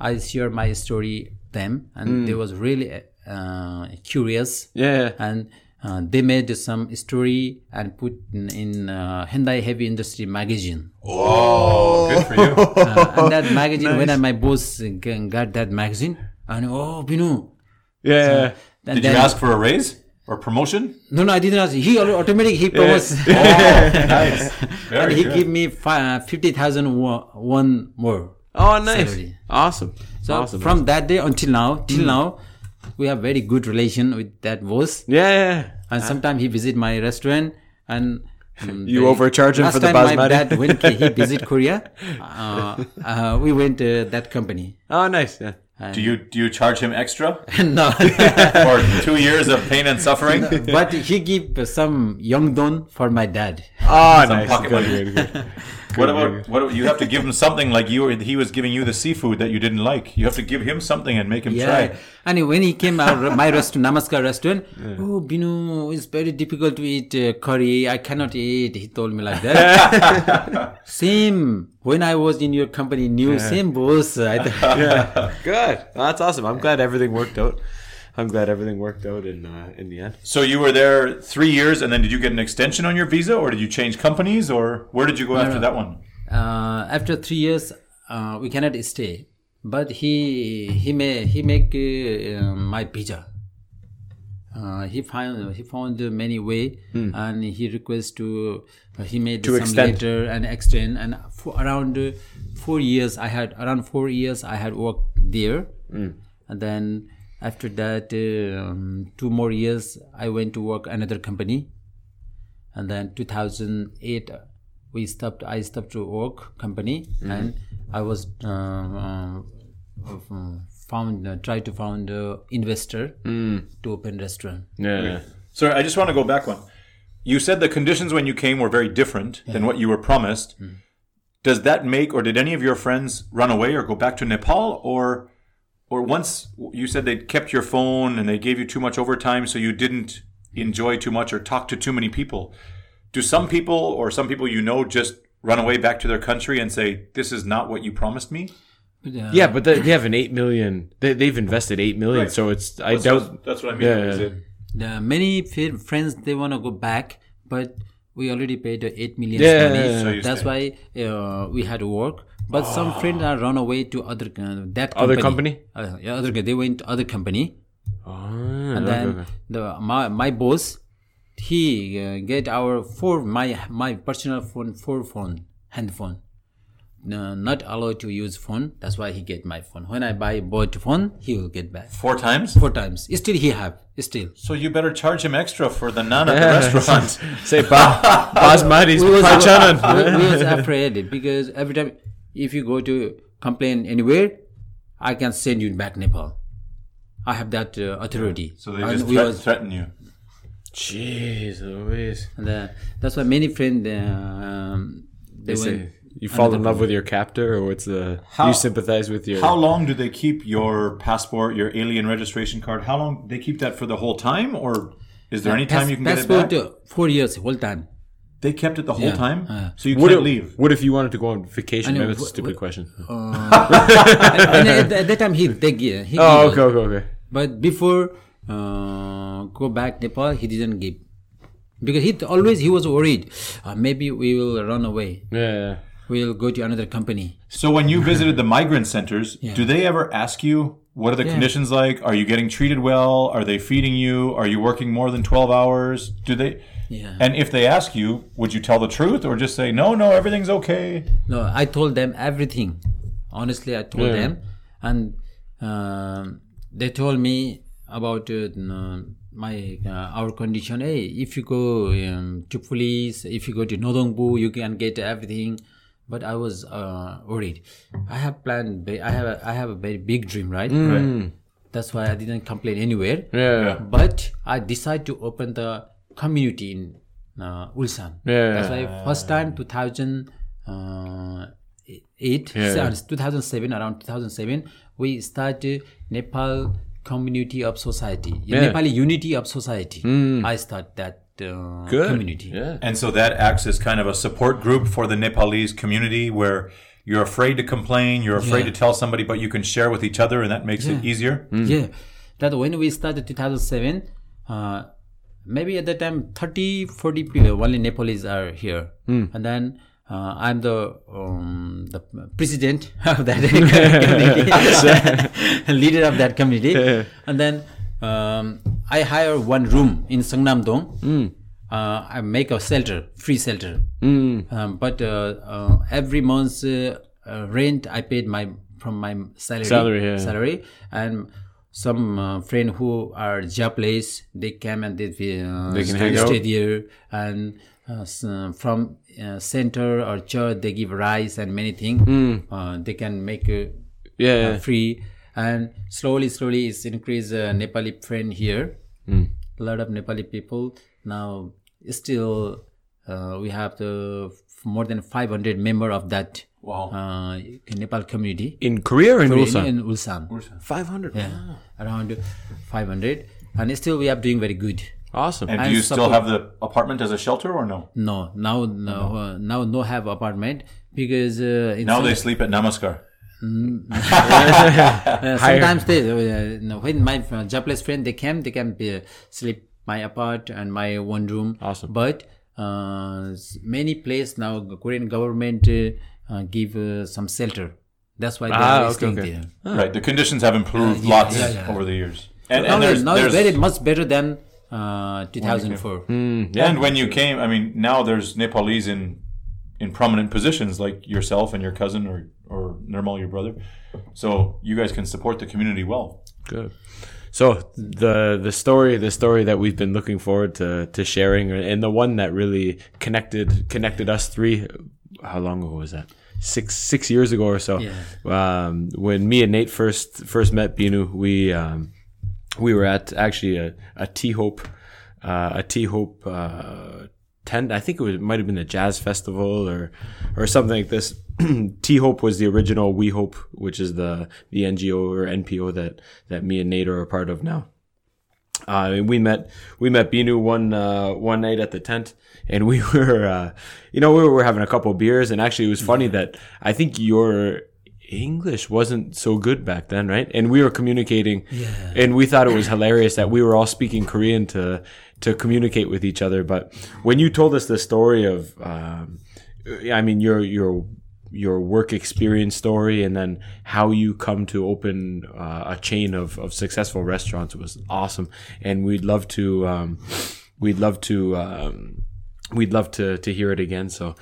S4: I share my story them, and they was really uh, curious.
S1: Yeah.
S4: And uh, they made some story and put in, in uh, Hyundai Heavy Industry magazine.
S3: Oh, good for you.
S4: Uh, and
S1: Oh,
S4: that magazine, when I, my boss uh, g- got that magazine, and oh, Binu.
S1: Yeah.
S4: And
S3: Did
S4: then,
S3: you ask for a raise or promotion?
S4: No, no, I didn't ask. He al- automatically he promotes.
S3: Oh, nice.
S4: and
S3: Very
S4: he
S3: good.
S4: gave me fi- uh, 50,000 wo- one more.
S1: Oh, nice.
S4: Salary.
S1: Awesome.
S4: So
S1: awesome. Hmm.
S4: from that day until now, till now, we have very good relation with that boss.
S1: yeah, yeah.
S4: And sometimes he visit my restaurant and um,
S1: Ah. You
S4: very-
S1: overcharge him
S4: Last
S1: for the
S4: time my
S1: basmati.
S4: dad went, he visit Korea. Uh, uh, we went uh, that company.
S1: Oh, nice. Yeah.
S3: do you do you charge him extra
S4: no,
S3: for two years of pain and suffering?
S4: but he give some yongdon for my dad.
S1: Oh,
S3: Some
S1: nice.
S3: pocket
S1: Good,
S3: money.
S1: good, good.
S3: What about what? You have to give him something like you. Were, he was giving you the seafood that you didn't like. You have to give him something and make him
S4: Yeah.
S3: try.
S4: And when he came out, my restaurant, Namaskar restaurant, oh, Binu, it's very difficult to eat uh, curry. I cannot eat. He told me like that. same. When I was in your company, new, same boss. I th-
S1: Yeah. Good. Well, that's awesome. I'm glad everything worked out. I'm glad everything worked out in uh, in the end.
S3: So you were there three years, and then did you get an extension on your visa, or did you change companies, or where did you go after that one?
S4: uh, after three years, uh, we cannot stay. But he he may he make uh, uh, my pizza. Uh, he found he found many way and he requests to uh, he made some
S1: extend.
S4: letter and extend and for around uh, four years I had around four years I had worked there and then after that uh, um, two more years I went to work another company and then 2008 we stopped i stopped to work company and i was um, um, of, um, found uh, try to found uh, investor to open restaurant
S1: Yeah. yeah.
S3: So I just want to go back one. You said the conditions when you came were very different
S1: Mm-hmm.
S3: than what you were promised. Does that make or did any of your friends run away or go back to Nepal or or once you said they kept your phone and they gave you too much overtime so you didn't enjoy too much or talk to too many people. Do some people or some people you know just run away back to their country and say this is not what you promised me?
S1: Yeah, but they, they have an eight million. They, they've invested eight million,
S3: Right.
S1: so it's I
S3: That's,
S1: don't.
S3: that's what I mean.
S1: Yeah,
S3: Is
S1: yeah.
S3: it-
S4: the many fi- friends they want to go back but we already paid the 8 million
S1: Yeah.
S4: money
S1: So Ah.
S3: you
S4: that's why uh, we had to work but some friends are run away to other uh, that company.
S1: Other
S4: Uh, yeah, other they went to other company
S1: Ah,
S4: and then the my, my boss he uh, get our four my my personal phone four phone handphone no, not allowed to use phone that's why he get my phone when i buy bought phone he will get back
S3: Four times?
S4: four times still he have still
S3: So you better charge him extra for the naan at the restaurant.
S1: say pa, basmati's
S4: we was,
S1: pachanan.
S4: we- we was afraid because every time if you go to complain anywhere, I can send you back Nepal. I have that uh, authority.
S3: So they
S4: And
S3: just
S4: we
S3: threat-
S4: was-
S3: threaten you.
S1: Jeez Louise.
S4: and, uh, that's why many friends um, they,
S1: They
S4: went.
S1: say you fall in love with your captor, or it's the
S3: How-
S1: you sympathize with your.
S3: How long do they keep your passport, your alien registration card? How long they keep that for the whole time, or is there any time you can get it
S4: passport
S3: back?
S4: uh, four years whole time.
S3: They kept it the whole
S4: Yeah, uh,
S3: time,
S4: yeah.
S3: so you
S1: what,
S3: can't
S1: if,
S3: leave.
S1: what if you wanted to go on vacation?
S4: know,
S1: Maybe that's a
S4: wh-
S1: stupid
S4: wh-
S1: question.
S4: and at, at that time he they gi- he
S1: oh,
S4: give
S1: okay,
S4: us.
S1: okay, okay.
S4: But before uh, go back Nepal, he didn't give because he always he was worried. Uh, maybe we will run away.
S1: Yeah, yeah.
S4: we'll go to another company.
S3: So when you visited the migrant centers, do they ever ask you what are the conditions like? Are you getting treated well? Are they feeding you? Are you working more than twelve hours? Do they?
S4: Yeah.
S3: And if they ask you, would you tell the truth or just say no, no, everything's okay?
S4: No, I told them everything. Honestly, I told them, and um, they told me about uh, n- my uh, our condition. Hey, if you go um, to police, if you go to Nodongbu, you can get everything. But I was uh, worried. I have planned. ba- I have. A, I have a very big dream, right? Right. That's why I didn't complain anywhere.
S1: Mm. Yeah.
S4: But I decided to open the community in uh, Ulsan.
S1: Yeah.
S4: That's why first time Uh, 2008,
S1: Yeah.
S4: 2007, around 2007, we started Nepal Community of Society. Nepali Unity of Society. I start that uh,
S1: Hmm. Good.
S4: community.
S1: Yeah.
S3: And so that acts as kind of a support group for the Nepalese community where you're afraid to complain, you're afraid to tell somebody, but you can share with each other and that makes it easier.
S4: Hmm.
S1: Hmm.
S4: Yeah, Mm. that when we started 2007, uh, maybe at that time 30, 40 people only Nepalese are here,
S1: Hmm.
S4: and then. Uh, I'm the um, the president of that community, leader of that community, and then um, I hire one room in Sangnam Dong.
S1: Hmm.
S4: Uh, I make a shelter, free shelter,
S1: Hmm.
S4: um, but uh, uh, every month uh, uh, rent I paid my from my salary.
S1: Salary, yeah.
S4: salary, and some uh, friend who are jobless they came and they uh,
S1: They can
S4: stay,
S1: hang out.
S4: stay there and uh, s- uh, from uh, center or church they give rice and many things
S1: Hmm.
S4: uh, they can make uh,
S1: Yeah,
S4: uh,
S1: yeah.
S4: free and slowly slowly it's increased uh, nepali friend here a lot of nepali people now still uh, we have the f- more than 500 member of that
S3: Wow.
S4: uh, nepal community
S1: In Korea or in Ulsan?
S4: in, in Ulsan.
S1: Five hundred.
S4: Yeah, around 500 and still we are doing very good
S1: Awesome.
S3: And do
S4: And
S3: you still
S4: support-
S3: have the apartment as a shelter or no?
S4: no now no uh, now no have apartment because uh, in
S3: Now
S4: some-
S3: they sleep at Namaskar.
S4: uh, sometimes they uh, no, when my uh, jobless friend they came they can uh, sleep my apart and my one room
S1: Awesome.
S4: but uh, s- many place now the korean government uh, uh, give uh, some shelter that's why they
S1: Ah,
S4: are
S1: okay,
S4: staying
S1: okay.
S4: there
S3: Right. The conditions have improved
S4: Ah. yeah,
S3: lots
S4: yeah, yeah.
S3: over the years. And,
S4: now,
S3: and, there's,
S4: now it's
S3: there's,
S4: very much better than uh, 2004
S3: and when you came, I mean, now there's Nepalese in in prominent positions like yourself and your cousin or, or Nirmal, your brother. So you guys can support the community well.
S1: Good. So the the story the story that we've been looking forward to to sharing and the one that really connected connected us three how long ago was that? Six six years ago or so. Um, when me and Nate first first met Binu, we um, we were at actually a, a T Hope uh, a T Hope uh, tent. I think it, was, it might have been a jazz festival or or something like this. T Hope was the original We Hope, which is the the NGO or NPO that that me and Nate are a part of now. Uh, and we met we met Binu one uh, one night at the tent, and we were uh, you know we were having a couple beers, and actually it was funny that I think your English wasn't so good back then, right? And we were communicating, and we thought it was hilarious that we were all speaking Korean to to communicate with each other. But when you told us the story of, um, I mean your your your work experience story and then how you come to open uh, a chain of, of successful restaurants was awesome and we'd love to um, we'd love to um, we'd love to to hear it again so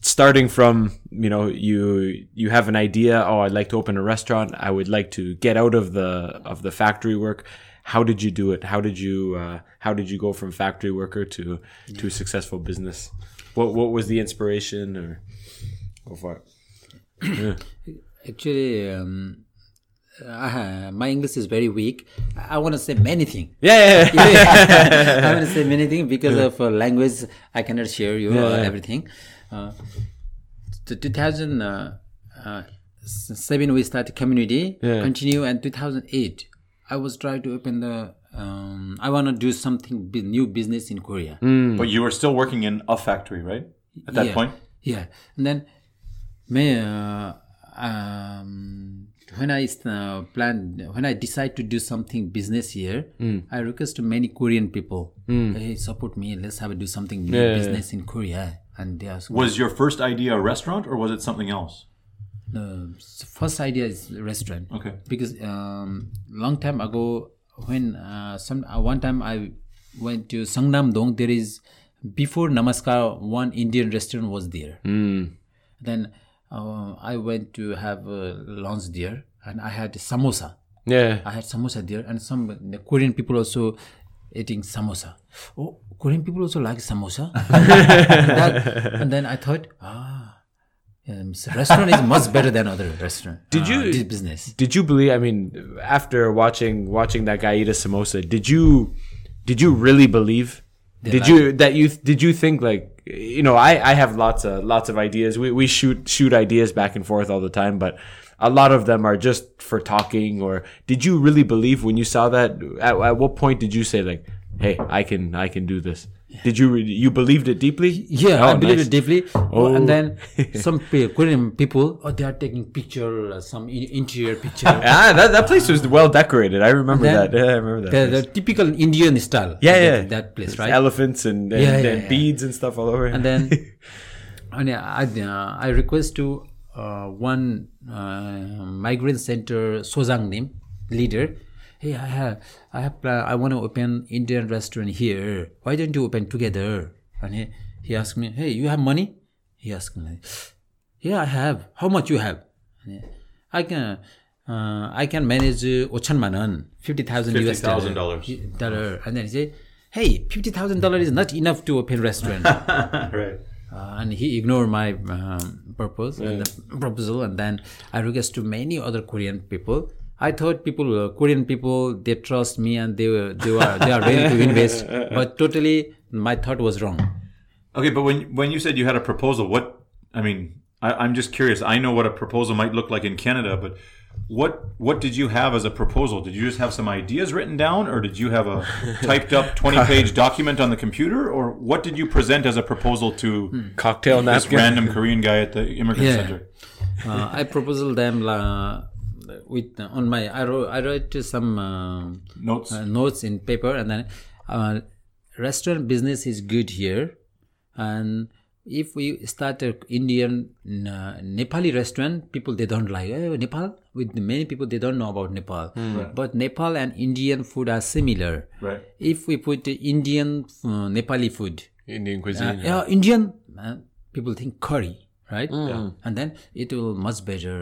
S1: starting from you know you you have an idea oh i'd like to open a restaurant i would like to get out of the of the factory work how did you do it how did you uh, how did you go from factory worker to to successful business what what was the inspiration or go for it Hmm.
S4: Actually, um, uh, my English is very weak. I want to say many things.
S1: yeah, yeah, yeah.
S4: I want to say many things because of uh, language. I cannot share you uh, everything. Uh, the 2007 uh, uh, seven we started community. Continue and 2008, I was trying to open the. Um, I want to do something bu- new business in Korea.
S3: But you were still working in a factory, right? At that
S4: Hmm. yeah.
S3: point?
S4: Yeah, and then may uh, um, when I uh, plan when I decide to do something business here, I request to many Korean people, hey, support me. Let's have do something new
S1: Yeah, yeah,
S4: business in Korea. And they are so-
S3: Was your first idea a restaurant or was it something else?
S4: the first idea is restaurant.
S3: Okay.
S4: Because um, long time ago, when uh, some uh, one time I went to Sangnam Dong, there is before Namaskar, one Indian restaurant was there. Then uh, I went to have uh, lunch there, and I had samosa.
S1: yeah.
S4: I had samosa there, and some the Korean people also eating samosa. Oh, Korean people also like samosa. and, that- and then I thought, ah, um, so restaurant is much better than other restaurant. Did
S1: you-
S4: this business?
S1: Did you believe? I mean, after watching watching that guy eat a samosa, did you did you really believe? did you that you did you think like you know? I I have lots of lots of ideas. We we shoot shoot ideas back and forth all the time, but a lot of them are just for talking. Or did you really believe when you saw that? At, at what point did you say like, "Hey, I can I can do this"? Did you really, you believed it deeply?
S4: Yeah, I
S1: Oh,
S4: believe
S1: nice.
S4: it deeply. Oh. And then some pe- Korean people, oh, they are taking picture, uh, some in- interior picture.
S1: Ah, that, that place was well decorated. I remember
S4: Then
S1: that. Yeah, I remember that.
S4: the,
S1: place.
S4: the typical Indian style.
S1: yeah,
S4: that,
S1: yeah.
S4: That place,
S1: It's
S4: right?
S1: Elephants and, and,
S4: Yeah, yeah,
S1: and
S4: yeah.
S1: beads and stuff all over.
S4: and then and yeah, I, uh, I request to uh, one uh, migrant center Sozangnim leader hey I have I have plan, I want to open Indian restaurant here why don't you open together and he, he asked me hey you have money he asked me yeah I have how much you have And I can uh, I can manage uh, 5,000 man US dollar.
S3: $50,000.
S4: dollar and then he say hey $50,000 is not enough to open restaurant
S3: Right.
S4: uh, and he ignored my um, purpose and the proposal and then i request to many other korean people i thought people uh, korean people they trust me and they were they were they are ready to invest but totally my thought was wrong
S3: Okay, but when when you said you had a proposal, what I mean, I, I'm just curious. I know what a proposal might look like in Canada, but what what did you have as a proposal? Did you just have some ideas written down, or did you have a typed up 20 page document on the computer, or what did you present as a proposal to
S1: cocktail
S3: this random Korean guy at the immigrant
S4: Hmm. Yeah.
S3: center?
S4: uh, i proposal them uh, with uh, on my i wrote i wrote to some um
S3: Notes.
S4: uh, notes in paper and then uh, restaurant business is good here and if we start a indian uh, nepali restaurant people they don't like "Oh, nepal with many people they don't know about nepal but nepal and indian food are similar
S3: Right.
S4: if we put the indian uh, nepali food
S1: Indian
S4: uh,
S1: cuisine.
S4: yeah, indian uh, people think curry right? And then it will much better.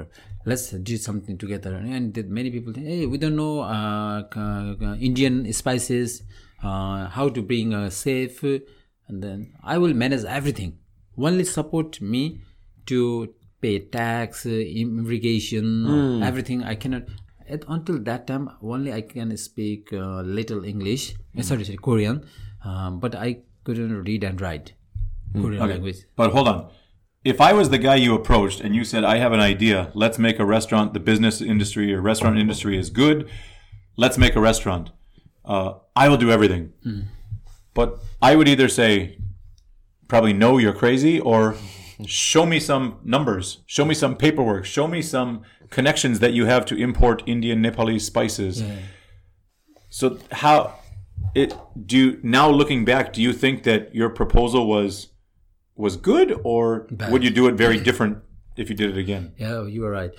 S4: Let's do something together. And that many people think, hey, we don't know uh, c- c- Indian spices, uh, how to bring uh, safe, and then I will manage everything. Only support me to pay tax, uh, irrigation, everything. I cannot. At, until that time, only I can speak uh, little English. uh, Sorry, sorry, Korean. Um, but I couldn't read and write Korean language.
S3: But hold on. If I was the guy you approached and you said, I have an idea, let's make a restaurant, the business industry or restaurant industry is good, let's make a restaurant, uh, I will do everything. But I would either say, probably no, you're crazy, or show me some numbers, show me some paperwork, show me some connections that you have to import Indian Nepalese spices. So, how it do you, now looking back, do you think that your proposal was? was good, or would you do it very different if you did it again?
S4: Yeah, you are right.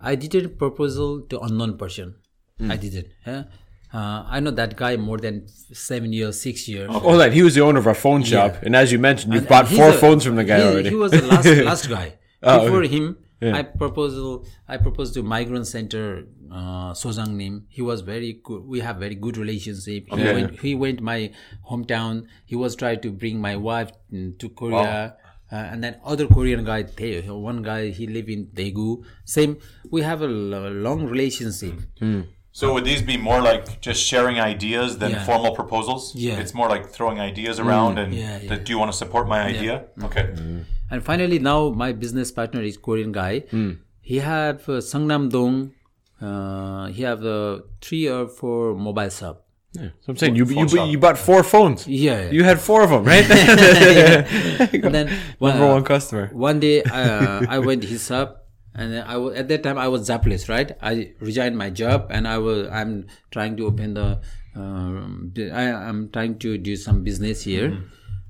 S4: I did a proposal to unknown person. I didn't. Yeah? Uh, I know that guy more than seven years, six years.
S1: Oh, that he was the owner of our phone shop, and as you mentioned, you've bought
S4: He's
S1: four
S4: a-
S1: phones from the guy
S4: he,
S1: already. Oh,
S4: He was the last, last guy. Before him, I proposal I proposed to migrant center uh, Sozang Nim. He was very good. We have very good relationship. He
S3: Okay.
S4: went he went my hometown. He was trying to bring my wife mm, to Korea. Uh, and then other Korean guy, they, one guy he live in Daegu. Same, we have a lo- long relationship.
S3: So would these be more like just sharing ideas than
S4: Yeah.
S3: formal proposals?
S4: Yeah. Mm.
S3: it's more like throwing ideas around and
S4: yeah, yeah. Mm.
S3: that. Do you want to support my idea? Okay.
S4: And finally, now my business partner is Korean guy.
S1: Hmm.
S4: He have uh, Sangnam Dong. Uh, he have uh, three or four mobile shop.
S1: So I'm saying you you,
S3: shop.
S1: you bought four phones.
S4: Yeah.
S1: You had four of them, right?
S4: and then
S1: Number
S4: uh,
S1: one customer.
S4: One day uh, I went to his shop, and then I wa- at that time I was jobless, right? I resigned my job, and I was I'm trying to open the um, the- I, I'm trying to do some business here,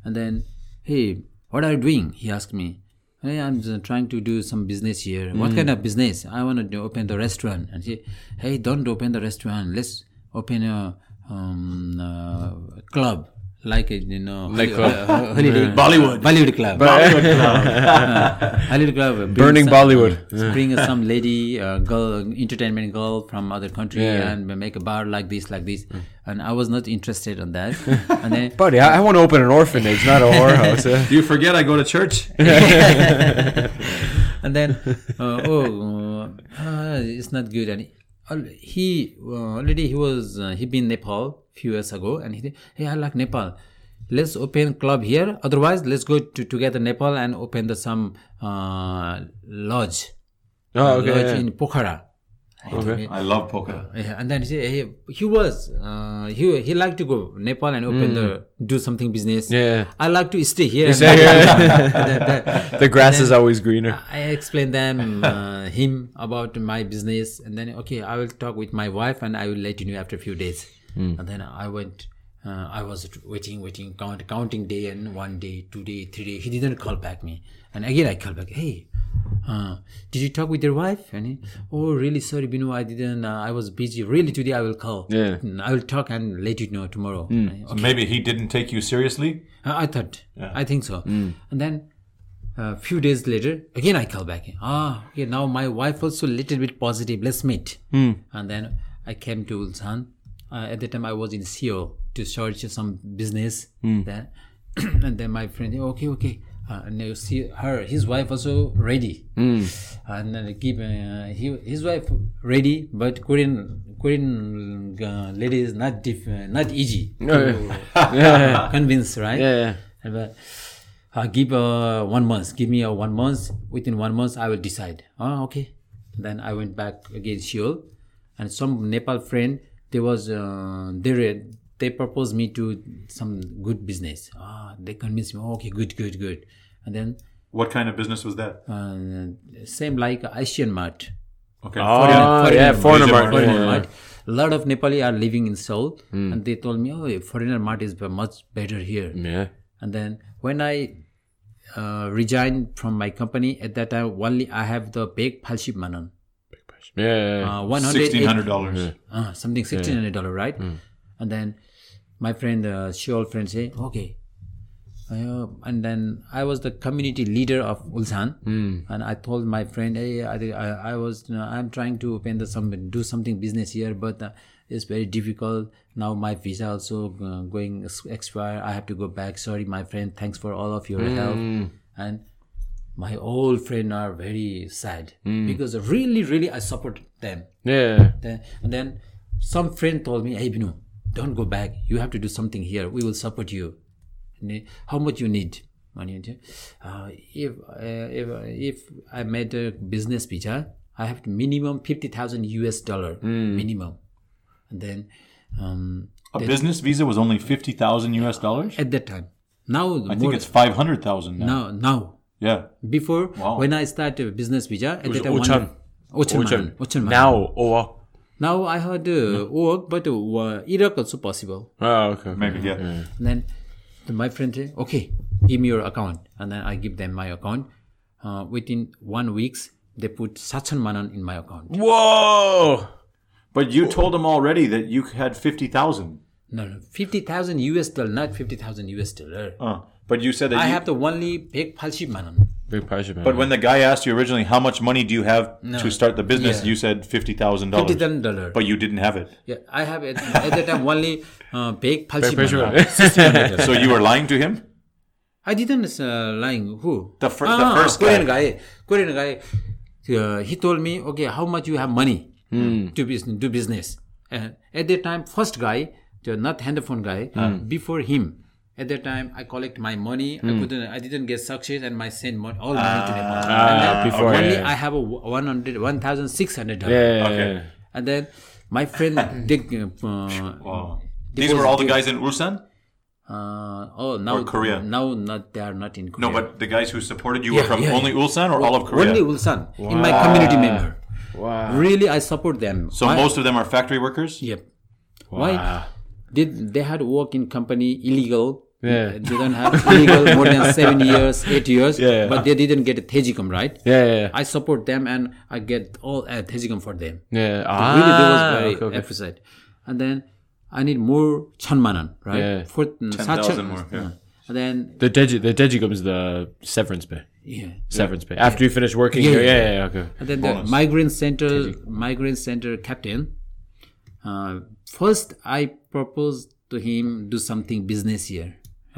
S4: and then hey, what are you doing? He asked me. Hey, I'm just trying to do some business here. What kind of business? I want to do- open the restaurant. And he, hey, don't open the restaurant. Let's open a um, uh, club, like a, you know,
S1: Nightclub.
S4: uh, holiday, Bollywood, Bollywood club. Halil Club, uh, bring
S1: Burning
S4: some- uh,
S1: Bollywood.
S4: Bring some lady, uh, girl, entertainment girl from other country, and make a bar like this, like this. And I was not interested on that. and then
S1: Buddy, I, I want to open an orphanage, not a whorehouse.
S3: You forget I go to church.
S4: and then uh, oh uh, it's not good and he- al- he uh, already he was uh, he been nepal few years ago and he said, hey i like nepal let's open club here otherwise let's go to together nepal and open the some uh, lodge
S1: oh, okay. yeah.
S4: lodge Uh, in pokhara okay.
S3: I love poker.
S4: Yeah, and then he, he, he was uh, he he liked to go Nepal and open the do something business.
S1: Mm. Yeah.
S4: I like to stay here. and
S1: stay here.
S4: That- that-
S1: The grass is always greener.
S4: I explained them uh, him about my business, and then okay, I will talk with my wife, and I will let you know after a few days. And then I went. Uh, I was waiting, waiting, count, counting day and one day, two day, three day. He didn't call back me, and again I called back. Hey, uh, did you talk with your wife? And he, oh, really sorry, Binu, I didn't. Uh, I was busy. Really, today I will call.
S1: Yeah.
S4: I will talk and let you know tomorrow. And I-
S3: So maybe he didn't take you seriously.
S4: Uh, I I thought. I think so.
S1: Hmm.
S4: And then a few days later, again I call back. Ah, okay, now my wife also little bit positive. Let's meet.
S1: Hmm.
S4: And then I came to Ulsan. Uh, at that time, I was in Seoul to search some business
S1: Hmm.
S4: there. and then my friend, okay, okay. Uh, and you see her, his wife also ready.
S1: Hmm.
S4: And then keep uh, he, his wife ready, but Korean Korean uh, lady is not diff, uh, not easy to convince, right?
S1: Yeah, yeah.
S4: And, uh, uh, give uh, one month. Give me a one month. Within one month, I will decide. Oh, okay. Then I went back again Seoul, and some Nepal friend. They was uh, they re- they proposed me to some good business. Ah, they convinced me. "Oh, okay, good, good, good. And then
S3: What kind of business was that?
S4: uh, same like Asian Mart.
S3: Okay.
S1: Oh, yeah, foreigner
S3: Asian
S1: market.
S3: market.
S1: yeah,
S4: Foreigner
S1: yeah.
S4: Mart. A lot of Nepali are living in Seoul, and they told me, "Oh, foreigner Mart is much better here."
S1: Yeah.
S4: And then when I uh, resigned from my company at that time, only I have the big palship manan.
S1: Yeah, yeah.
S4: Uh, one
S3: Sixteen hundred
S4: hundred
S3: dollars.
S4: uh, something sixteen hundred dollar, right? And then my friend, uh, she old friend say, okay, Uh, and then I was the community leader of Ulsan, and I told my friend, "Hey, I, think I, I was, you know, I'm trying to open the some do something business here, but uh, it's very difficult now. My visa also uh, going ex- expire. I have to go back. Sorry, my friend. Thanks for all of your help." And my old friend are very sad because really, really, I support them.
S1: Yeah.
S4: Then, and then some friend told me, "Hey, Binu, don't go back. You have to do something here. We will support you. Ne- How much you need?" And he said, Uh, if uh, if if I made a business visa, I have to minimum fifty thousand US dollar
S3: Hmm.
S4: minimum, and then um,
S3: A business visa was only fifty thousand U.S. dollars.
S4: at that time, now
S3: I think it's five hundred thousand now.
S4: now now
S3: Yeah,
S4: before
S3: Wow.
S4: when I started business visa at that time.
S1: Ochan.
S4: Ochan. Ochan.
S1: Now, oh,
S4: Now I heard uh, work, but uh, Iraq also possible.
S1: oh okay.
S3: maybe yeah.
S4: And then the- my friend said, okay, give me your account. And then I give them my account. Uh, within one weeks, they put Sachan Manan in my account.
S1: Whoa!
S3: But you told them already that you had fifty thousand.
S4: No, no, 50,000 US dollar, not 50,000 US dollar.
S3: Uh, but you said that.
S4: I
S3: you,
S4: have the only big 80 Manan.
S1: Big pressure, man.
S3: but when the guy asked you originally how much money do you have to start the business,
S4: Yeah.
S3: you said fifty thousand dollars.
S4: 50,000 dollar.
S3: But you didn't have it,
S4: Yeah, I have at, at that time only uh, big 80
S1: pressure,
S4: Manan.
S3: so you were lying to him.
S4: I didn't uh, lying. Who? Ah,
S3: The fir- the first
S4: Korean guy. Korean guy. Uh, he told me, okay, how much you have money
S3: Hmm.
S4: to business, do business. And at that time, first guy, the not handphone guy,
S3: Hmm.
S4: before him. At that time, I collect my money. I
S3: Hmm.
S4: couldn't. I didn't get success, and my send mon- all money to them.
S3: Ah,
S4: and then
S1: before,
S4: only
S1: yeah.
S4: I have a w- 100 1,600 dollars.
S1: yeah,
S3: Okay.
S1: yeah.
S4: And then my friend, they, uh,
S3: Wow. These were all the guys in Ulsan.
S4: uh, oh now
S3: Or Korea.
S4: Now not they are not in Korea.
S3: No, but the guys who supported you were
S4: Yeah,
S3: from
S4: yeah,
S3: only Ulsan or all of Korea.
S4: Only Ulsan in my community member.
S1: Wow.
S4: Really, I support them.
S3: so
S4: Why-
S3: most of them are factory workers.
S4: Yep. Why? Did they had work in company illegal?
S1: Yeah.
S4: They don't have illegal more than seven years, eight years.
S1: Yeah.
S4: But they didn't get a Tejicom, right?
S1: Yeah, yeah, yeah.
S4: I support them and I get all uh, Tejicom for them.
S1: yeah.
S4: really, that was
S1: Ah,
S4: very
S1: okay, okay.
S4: episode. And then I need more chanmanan, right?
S1: Yeah.
S4: For, mm,
S3: 10,000 more, yeah.
S4: And then
S1: The digi, the digicum is the severance pay.
S4: yeah.
S1: Severance pay. After you finish working
S4: Yeah,
S1: here, yeah,
S4: yeah,
S1: yeah, yeah, okay.
S4: And then the migrant center, migrant center captain. Uh, first, I proposed to him do something business here,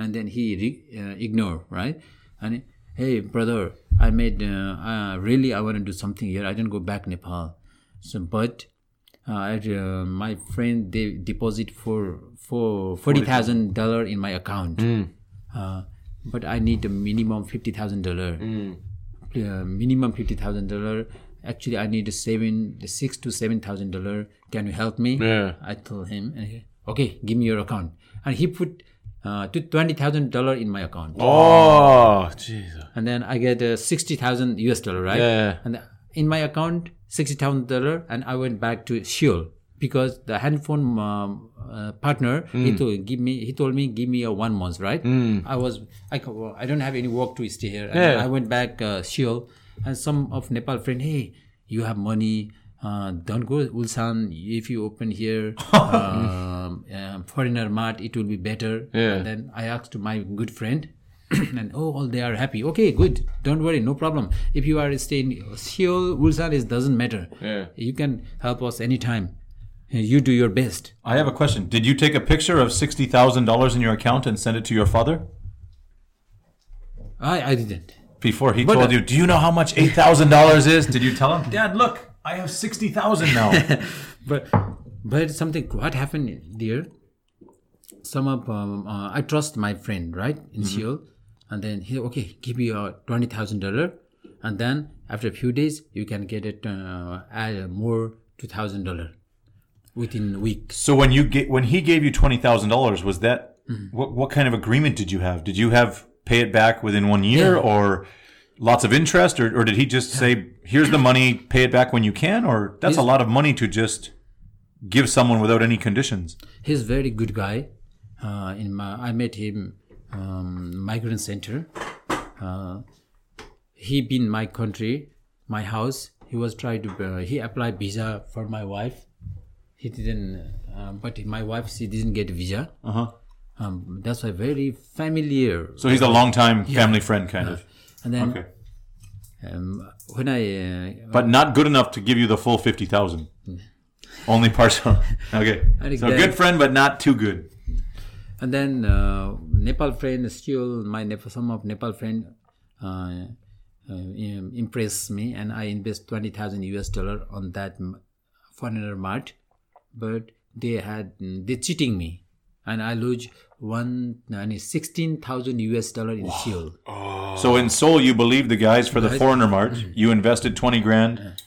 S4: and then he re- uh, ignore right. And he, hey, brother, I made uh, uh, really I want to do something here. I didn't go back Nepal, so but. Uh, I, uh, my friend they deposit for for forty thousand dollar in my account, uh, but I need a minimum fifty thousand dollar
S1: Mm.
S4: uh, minimum fifty thousand dollar. Actually, I need seven, six to seven thousand dollar. Can you help me?
S1: Yeah.
S4: I told him, and he, okay, give me your account. And he put uh, to twenty thousand dollar in my account,
S1: Oh, jeez.
S4: and then I get uh, sixty thousand US dollar, right?
S1: Yeah.
S4: And in my account, sixty thousand dollar, and I went back to Seoul because the handphone um, uh, partner
S1: Hmm.
S4: he told give me he told me give me a one month, right? I was I co- well, I don't have any work to stay here. And then
S1: Yeah.
S4: I went back uh, Seoul, and some of Nepal friend, hey, you have money. Uh, don't go Ulsan. If you open here, um, um, foreigner mart, it will be better.
S1: Yeah.
S4: And then I asked my good friend, and oh, all they are happy. Okay, good. Don't worry, no problem. If you are staying Seoul, Ulsan, it doesn't matter.
S1: Yeah.
S4: You can help us anytime. You do your best.
S3: I have a question. Did you take a picture of sixty thousand dollars in your account and send it to your father?
S4: I, I didn't.
S3: before he told you, "Do you know how much eight thousand dollars is?" Did you tell him, Dad? Look, I have sixty thousand now.
S4: But but something what happened there? Some of um, uh, I trust my friend right in
S1: Mm-hmm.
S4: Seoul, and then he okay give you uh, twenty thousand dollar, and then after a few days you can get it uh, add more two thousand dollar within weeks.
S3: so when you get when he gave you twenty thousand dollars, was that
S4: Mm-hmm.
S3: what what kind of agreement did you have? Did you have pay it back within one year or lots of interest, or, or did he just say, "Here's the money, pay it back when you can"? Or that's a lot of money to just give someone without any conditions.
S4: he's a very good guy uh, in my i met him um, migrant center uh, he been my country my house he was trying to uh, he applied visa for my wife he didn't uh, but my wife she didn't get visa
S3: Uh huh.
S4: Um, that's why very familiar.
S3: So he's a longtime family friend, kind of.
S4: And then
S3: Okay.
S4: um, when I uh,
S3: But not good enough to give you the full 50,000. Only partial. Okay.
S4: think
S3: So
S4: that-
S3: good friend, but not too good.
S4: and then uh, Nepal friend still my Nepal, some of Nepal friend uh, uh, im- impressed me and I invest twenty thousand US dollar on that m- foreigner mart, but they had mm, they cheating me, and I lose one and sixteen thousand US dollar in Seoul.
S3: So in Seoul, you believed the guys for the Foreigner Mart.
S4: Mm-hmm.
S3: You invested 20 grand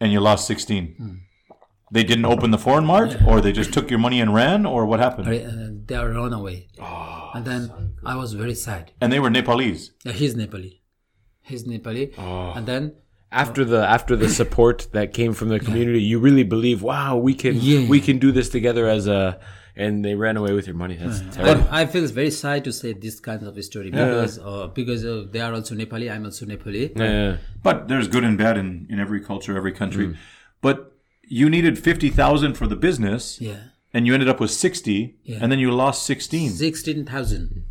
S3: and you lost 16.
S4: Mm.
S3: They didn't open the Foreign Mart or they just took your money and ran or what happened?
S4: Uh, they are run away, and then I was very sad.
S3: And they were Nepalese.
S4: Yeah, he's Nepali. He's Nepali. And then
S1: After the after the support that came from the community, you really believe, wow, we can
S4: Yeah.
S1: we can do this together as a. And they ran away with your money. That's terrible.
S4: I, I feel very sad to say this kind of story because uh, because uh, they are also Nepali. I'm also Nepali.
S1: Yeah.
S3: But there's good and bad in, in every culture, every country.
S4: Mm.
S3: But you needed 50,000 for the business
S4: Yeah,
S3: and you ended up with 60 and then you lost 16.
S4: sixteen thousand.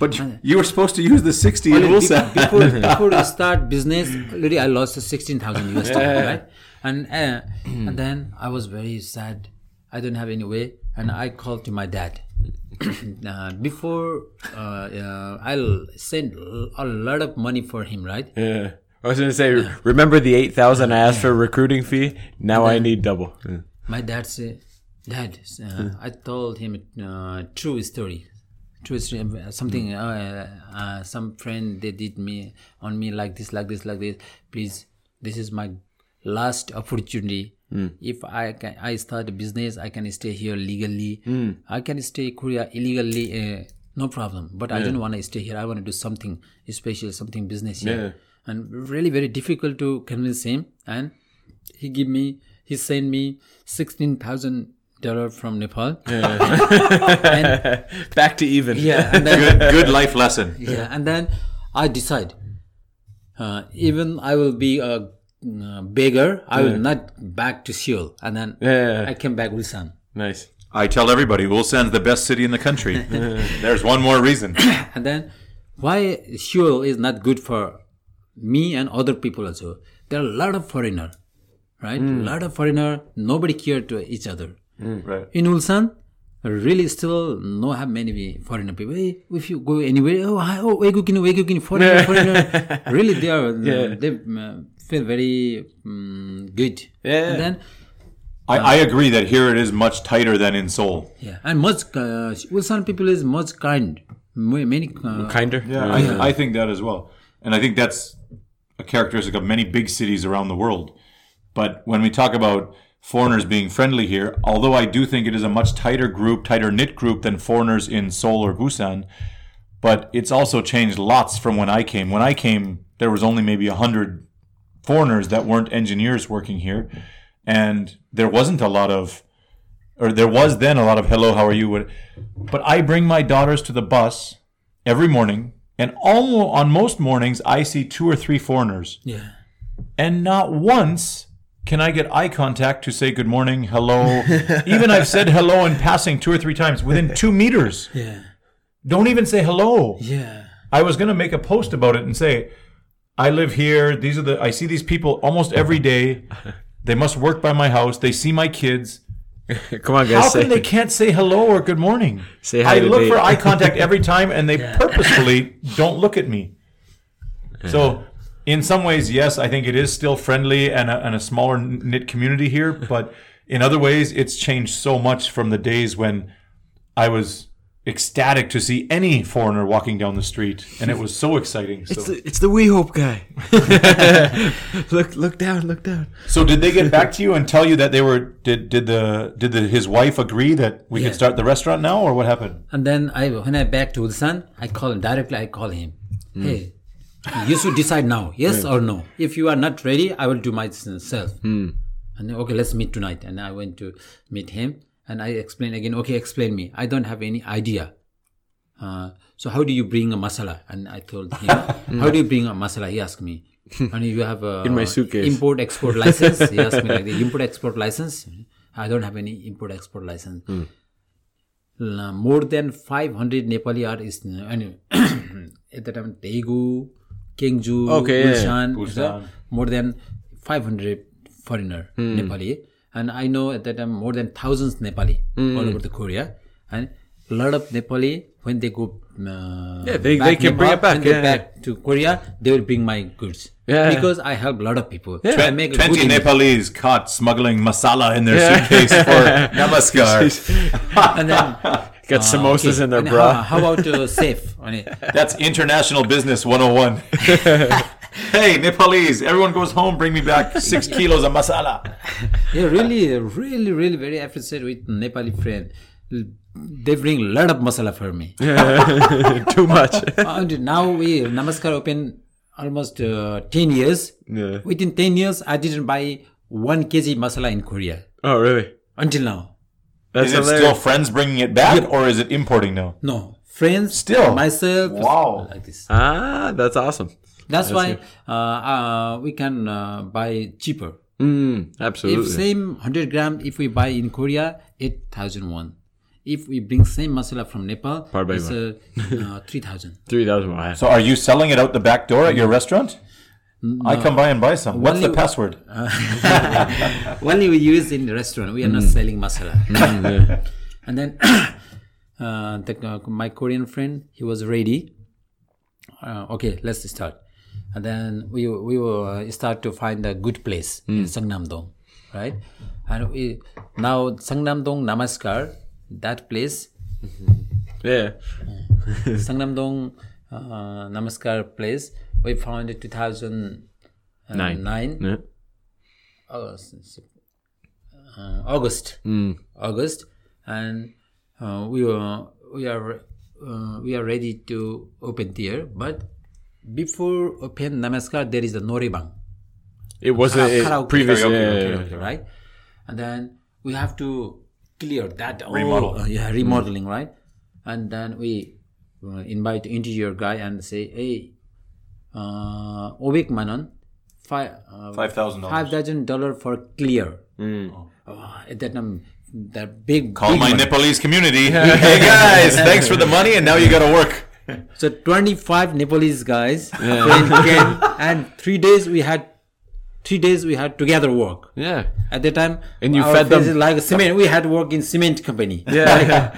S3: But you- you were supposed to use the 60 in Ulsan.
S4: Before before I start business, already I lost sixteen thousand US dollar, right? And uh, and then I was very sad. I don't have any way, and I called to my dad. uh, before uh, uh, I'll send a lot of money for him, right?
S1: Yeah. I was gonna say, remember the eight thousand I asked for a recruiting fee? Now I need double.
S4: My dad said, "Dad, uh, I told him uh, true story, true story. um, Something, uh, uh, some friend they did me on me like this, like this, like this. Please, this is my last opportunity. If I can, I start a business, I can stay here legally. I can stay Korea illegally." Uh, no problem, but I don't want to stay here. I want to do something special, something business here, and really very difficult to convince him. And he give me he sent me sixteen thousand dollar from Nepal. Yeah,
S1: Back to even.
S4: and then
S3: good, good life lesson.
S4: yeah, and then I decide. Uh, even I will be a uh, beggar. I will not back to Seoul, and then
S1: Yeah.
S4: I came back Ulsan.
S1: Nice.
S3: I tell everybody, Ulsan's the best city in the country. There's one more reason.
S4: And then why Seoul is not good for me and other people also? There are a lot of foreigner, right?
S1: Hmm.
S4: A lot of foreigner. Nobody care to each other.
S3: Right.
S4: in Ulsan, really still no have many foreigner people. Hey, if you go anywhere, oh, hi, oh, Waikukini, Waikukini, foreigner, foreigner. Really, they are, they um, feel very um, good.
S1: Yeah.
S4: And then,
S3: I, I agree that here it is much tighter than in Seoul.
S4: yeah, and most, uh, Ulsan people is most kind. Ma- Many, uh,
S1: Kinder. Mm.
S3: I, I think that as well. And I think that's a characteristic of many big cities around the world. But when we talk about foreigners being friendly here, although I do think it is a much tighter group, tighter knit group than foreigners in Seoul or Busan, but it's also changed lots from when I came. When I came, there was only maybe 100 foreigners that weren't engineers working here. And there wasn't a lot of or there was then a lot of hello, how are you? What- But I bring my daughters to the bus every morning, and almost on most mornings I see two or three foreigners,
S4: yeah.
S3: and not once can I get eye contact to say good morning, hello. Even I've said hello in passing two or three times within two meters.
S4: Yeah.
S3: Don't even say hello.
S4: Yeah.
S3: I was gonna make a post about it and say, I live here. These are the I see these people almost every day. They must work by my house. They see my kids.
S1: Come on,
S3: How
S1: guys.
S3: come
S1: Say,
S3: they can't say hello or good morning?
S1: Say hi
S3: I
S1: to
S3: look
S1: Dave.
S3: for eye contact every time, and they purposefully don't look at me. So, in some ways, yes, I think it is still friendly and a, and a smaller knit community here. But in other ways, it's changed so much from the days when I was ecstatic to see any foreigner walking down the street, and it was so exciting. So,
S1: it's the We Hope guy. look, look down, look down.
S3: so did they get back to you and tell you that they were did did the did the, his wife agree that we could
S4: Yeah.
S3: start the restaurant now, or what happened?
S4: And then I, when I back to Ulsan, I call directly. I call him.
S1: Hmm.
S4: Hey, you should decide now, yes or no. If you are not ready, I will do myself.
S1: Hmm.
S4: And then, okay, let's meet tonight. And I went to meet him, and I explained again. Okay, explain me. I don't have any idea. Uh, so how do you bring a masala? And I told him, how do you bring a masala? He asked me. And you have a
S1: In my suitcase.
S4: import export license.
S1: Hmm.
S4: He asked me like the import export license. I don't have any import export license l- more than 500 Nepali are is and at the time Daegu, Kengju,
S1: Okay, yeah, yeah.
S4: Ulsan,
S3: Busan.
S4: more than 500 foreigner
S1: Hmm.
S4: Nepali, and I know at that time more than thousands Nepali
S1: Hmm.
S4: all over the Korea, and a lot of Nepali when they go. Uh,
S1: Yeah, they- they can bring it back,
S4: when they
S1: yeah, yeah.
S4: back to Korea. They will bring my goods
S1: Yeah.
S4: because I help a lot of people. I make a good
S3: Twenty
S4: image.
S3: Nepalese caught smuggling masala in their suitcase for Namaskar.
S4: and then
S1: Got samosas in their
S4: and
S1: bra.
S4: How, how about uh, safe? I mean,
S3: That's international business 101. hey, Nepalese, everyone goes home, bring me back six kilos of masala.
S4: yeah, really, really, really very appreciated with Nepali friend. They bring a lot of masala for me.
S1: Too much.
S4: and now we Namaskar open almost uh, 10 years.
S1: Yeah.
S4: Within 10 years, I didn't buy one kg masala in Korea
S1: oh, really?
S4: until now.
S1: That's
S3: Is it
S1: hilarious.
S3: still friends bringing it back, or is it importing now?
S4: No, friends,
S3: Still?
S4: myself,
S3: Wow.
S4: like this.
S1: ah, that's awesome.
S4: That's, why uh, uh, we can uh, buy cheaper.
S1: Mm,
S4: If
S1: absolutely.
S4: same 100 gram, if we buy in Korea, 8,000 won. If we bring same masala from Nepal,
S1: Par by
S4: it's uh, uh, 3,000.
S1: 3,000 wow.
S3: So, are you selling it out the back door at your restaurant? I come by and buy some. What's the
S4: Only-
S3: password?
S4: Only we use in the restaurant. We are not selling masala. and then uh, the, uh, my Korean friend, he was ready. Uh, okay, let's start. And then we we will uh, start to find a good place in Sangnam-dong, right? And we now Sangnam-dong Namaskar, that place
S1: Yeah.
S4: Sangnam-dong uh, Namaskar place. We found it 2009
S1: Yeah.
S4: August, uh, August, August, and uh, we are we are uh, we are ready to open there. But before open Namaskar, there is the Noribang
S1: It wasn't
S4: Kara-
S1: it,
S4: karaoke.
S1: previous.
S3: Karaoke,
S1: yeah,
S3: okay,
S1: yeah, yeah.
S4: karaoke, right? And then we have to clear that all-
S3: Remodel.
S4: uh, yeah, remodeling, right? And then we uh, invite the interior guy and say, hey, uh, Obik Manon, five uh,
S3: $5,000.
S4: five thousand dollar for clear. Oh, at that time, the big
S3: Call
S4: big
S3: my
S4: money.
S3: Nepalese community. hey guys, thanks for the money, and now you got to work.
S4: So twenty five Nepalese guys, friend came, and three days we had, three days we had together work.
S1: Yeah.
S4: At the time,
S1: And you
S4: our
S1: fed them-
S4: faces like cement. We had work in cement company.
S1: Yeah.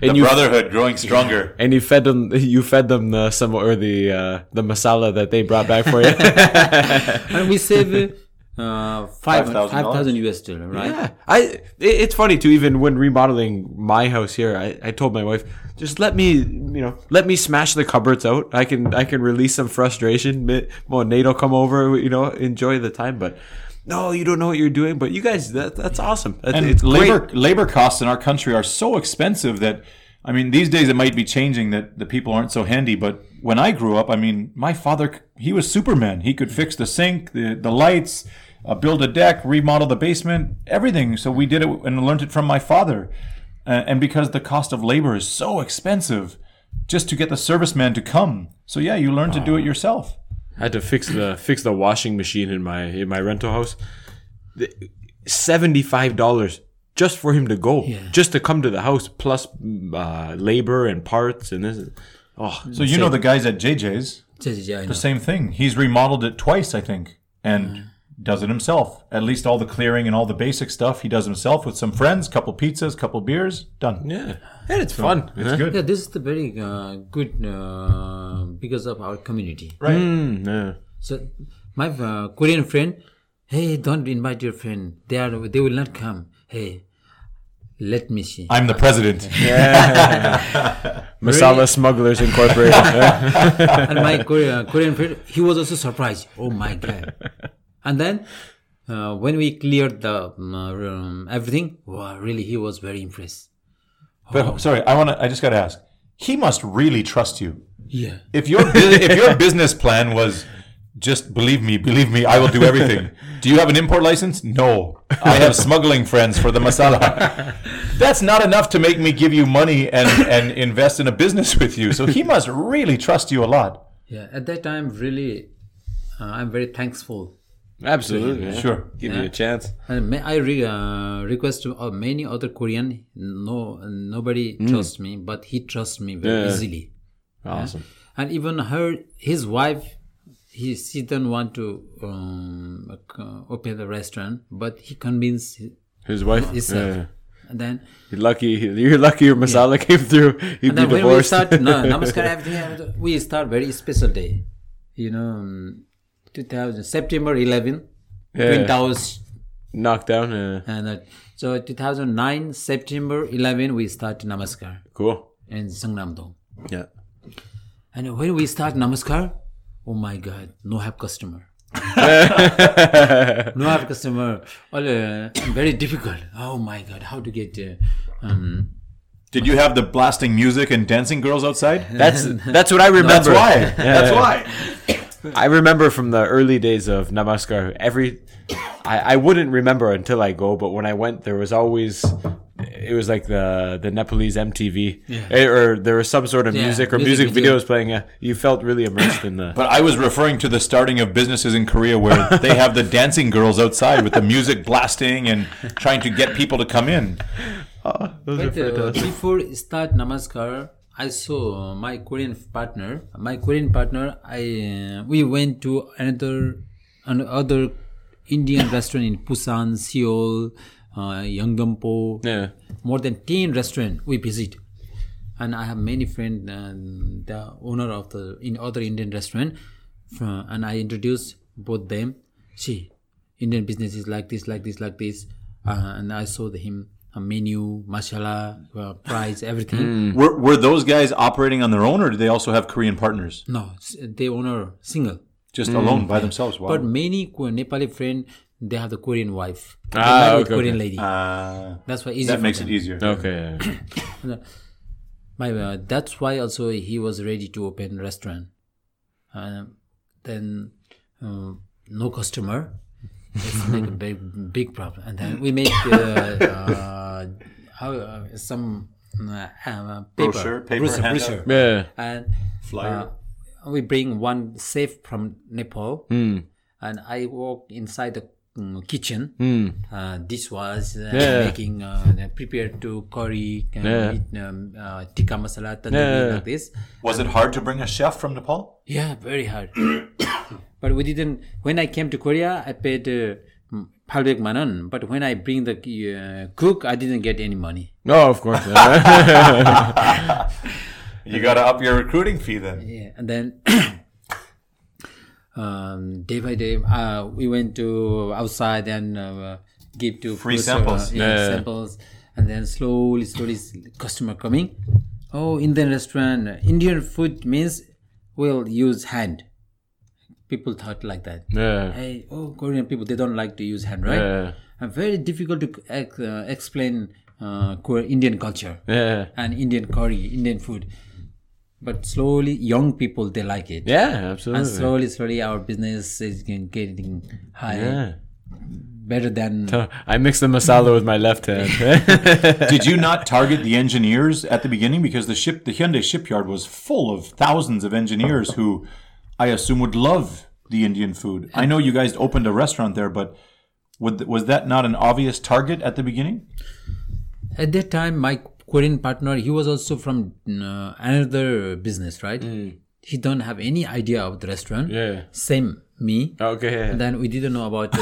S3: The
S1: and you
S3: brotherhood growing stronger.
S1: and you fed them you fed them the some or the uh, the masala that they brought back for you.
S4: and we save uh, five
S3: $5,000.
S4: five thousand US dollar, right?
S1: yeah. I it, it's funny too even when remodeling my house here I, I told my wife just let me you know let me smash the cupboards out. I can I can release some frustration. Mi- Well, Nate'll come over, you know, enjoy the time but no, you don't know what you're doing, but you guys that that's awesome. That's,
S3: And
S1: it's great.
S3: labor labor costs in our country are so expensive that I mean these days it might be changing that the people aren't so handy. But when I grew up, I mean my father he was Superman. He could fix the sink, the the lights, uh, build a deck, remodel the basement, everything. So we did it and learned it from my father. Uh, and because the cost of labor is so expensive, just to get the serviceman to come. So yeah, you learn to do it yourself.
S1: I had to fix the fix the washing machine in my in my rental house. Seventy five dollars just for him to go, just to come to the house, plus mm, uh, labor and parts and this. Oh,
S3: So you know the guys at JJ's.
S4: Yeah, yeah, I know.
S3: The same thing. He's remodeled it twice, I think, and does it himself. At least all the clearing and all the basic stuff he does himself with some friends, couple pizzas, couple beers, done.
S1: yeah, and it's fun.
S3: It's
S1: huh?
S3: good.
S4: Yeah, this is the very uh, good uh, because of our community.
S3: Right.
S1: Mm, yeah.
S4: So my uh, Korean friend, hey, don't invite your friend. They are they will not come. Hey, let me see.
S3: I'm the president.
S1: Masala Smugglers Incorporated. yeah.
S4: and my Korean, Korean friend, he was also surprised. Oh my god! And then uh, when we cleared the um, uh, room, everything, wow, really, he was very impressed.
S3: But oh, sorry, I want to. I just got to ask. He must really trust you.
S4: Yeah.
S3: If your bu- if your business plan was just believe me, believe me, I will do everything. do you have an import license? No, I have smuggling friends for the masala. That's not enough to make me give you money and and invest in a business with you. So he must really trust you a lot.
S4: Yeah, at that time, really, uh, I'm very thankful
S1: Absolutely. yeah.
S3: Sure.
S1: Give you a chance.
S4: And ma- I re- uh, request uh, many other Korean. No, nobody trusts me, but he trusts me very
S1: Yeah.
S4: easily.
S1: Awesome.
S4: And even her, his wife, he she didn't want to um, like, uh, open the restaurant, but he convinced hi-
S1: His wife.
S4: himself.
S1: Yeah.
S4: And then,
S1: You're lucky. You're lucky your masala came through. He'd
S4: and
S1: be
S4: then when we
S1: divorced.
S4: start, no, namaskar, everything, we start very special day. You know, um, 2000 September 11, Twin Towers
S1: Knocked down. Yeah.
S4: And uh, so 2009, September 11, we start Namaskar
S1: Cool.
S4: in Sangnam-dong.
S1: Yeah.
S4: And when we start Namaskar, oh my God, no have customer. no have customer. All, uh, very difficult. Oh my God, how to get... Uh, um,
S3: Did you have the blasting music and dancing girls outside?
S1: That's that's what I remember.
S3: That's why. That's why.
S1: I remember from the early days of Namaskar, every I, I wouldn't remember until I go, but when I went, there was always it was like the the Nepalese MTV Eh, or there was some sort of
S4: Yeah,
S1: music or music,
S4: music video.
S1: videos playing. Uh, you felt really immersed in the.
S3: But I was referring to the starting of businesses in Korea where they have the dancing girls outside with the music blasting and trying to get people to come in.
S4: But uh, before start namaskar, I saw uh, my Korean partner. My Korean partner, I uh, we went to another another Indian restaurant in Busan, Seoul, uh, Yeongdeungpo.
S1: Yeah.
S4: More than ten restaurant we visit, and I have many friends. Um, the owner of the in other Indian restaurant, from, and I introduced both them. See, Indian business is like this, like this, like this. Uh, and I saw the, him a menu, masala, uh, price, everything.
S1: Hmm.
S3: Were, were those guys operating on their own or did they also have Korean partners?
S4: No, s- they owner single.
S3: Just alone by themselves? Wow.
S4: Mm. But many Ko- Nepali friend, they have the Korean wife, They
S1: Ah,
S4: married
S1: okay,
S4: Korean
S1: okay.
S4: lady.
S3: uh,
S4: that's why easy.
S3: that
S4: for
S3: makes it
S4: them.
S3: easier.
S1: Okay.
S4: My, uh, that's why also he was ready to open restaurant. Um then um, no customer. It's like a big big problem. And then we make uh, uh, how, uh, some uh, uh, paper,
S3: Brochure, paper, handout.
S4: brochure.
S1: Yeah.
S4: and uh, we bring one safe from Nepal,
S1: Hmm.
S4: and I walk inside the mm, kitchen. Uh, this was uh,
S1: Hmm. Yeah.
S4: making uh, the prepared to curry, and
S1: Yeah.
S4: eat, um, uh, tikka masala, tandoori
S1: Yeah.
S4: like this.
S3: Was it hard to bring a chef from Nepal?
S4: Yeah, very hard. but we didn't. When I came to Korea, I paid. Uh, mm, 800 manon, but when I bring the uh, cook, I didn't get any money.
S1: No, of course.
S3: You got to up your recruiting fee then.
S4: Yeah, and then um, day by day, uh, we went to outside and uh, give to
S3: Free
S4: producer,
S3: samples.
S4: uh, yeah,
S1: Yeah.
S4: samples, and then slowly, slowly, s- customer coming. Oh, Indian restaurant, Indian food means we'll use hand. People thought like that.
S1: yeah.
S4: Hey, oh, Korean people they don't like to use hand, right?
S1: Yeah.
S4: And very difficult to c- ex- uh, explain uh, Kore- Indian culture
S1: Yeah.
S4: and Indian curry, Indian food. But slowly, young people they like it,
S1: Yeah.
S4: and
S1: Absolutely.
S4: slowly, slowly, our business is getting- getting high,
S1: Yeah.
S4: better than.
S1: I mix the masala with my left hand.
S3: Did you not target the engineers at the beginning because the ship, the Hyundai shipyard, was full of thousands of engineers who, I assume, would love the Indian food. I know you guys opened a restaurant there, but would, was that not an obvious target at the beginning?
S4: At that time, my Korean partner, he was also from uh, another business, right? He don't have any idea of the restaurant.
S1: Hmm. Yeah.
S4: Same me.
S1: okay.
S4: And then we didn't know about.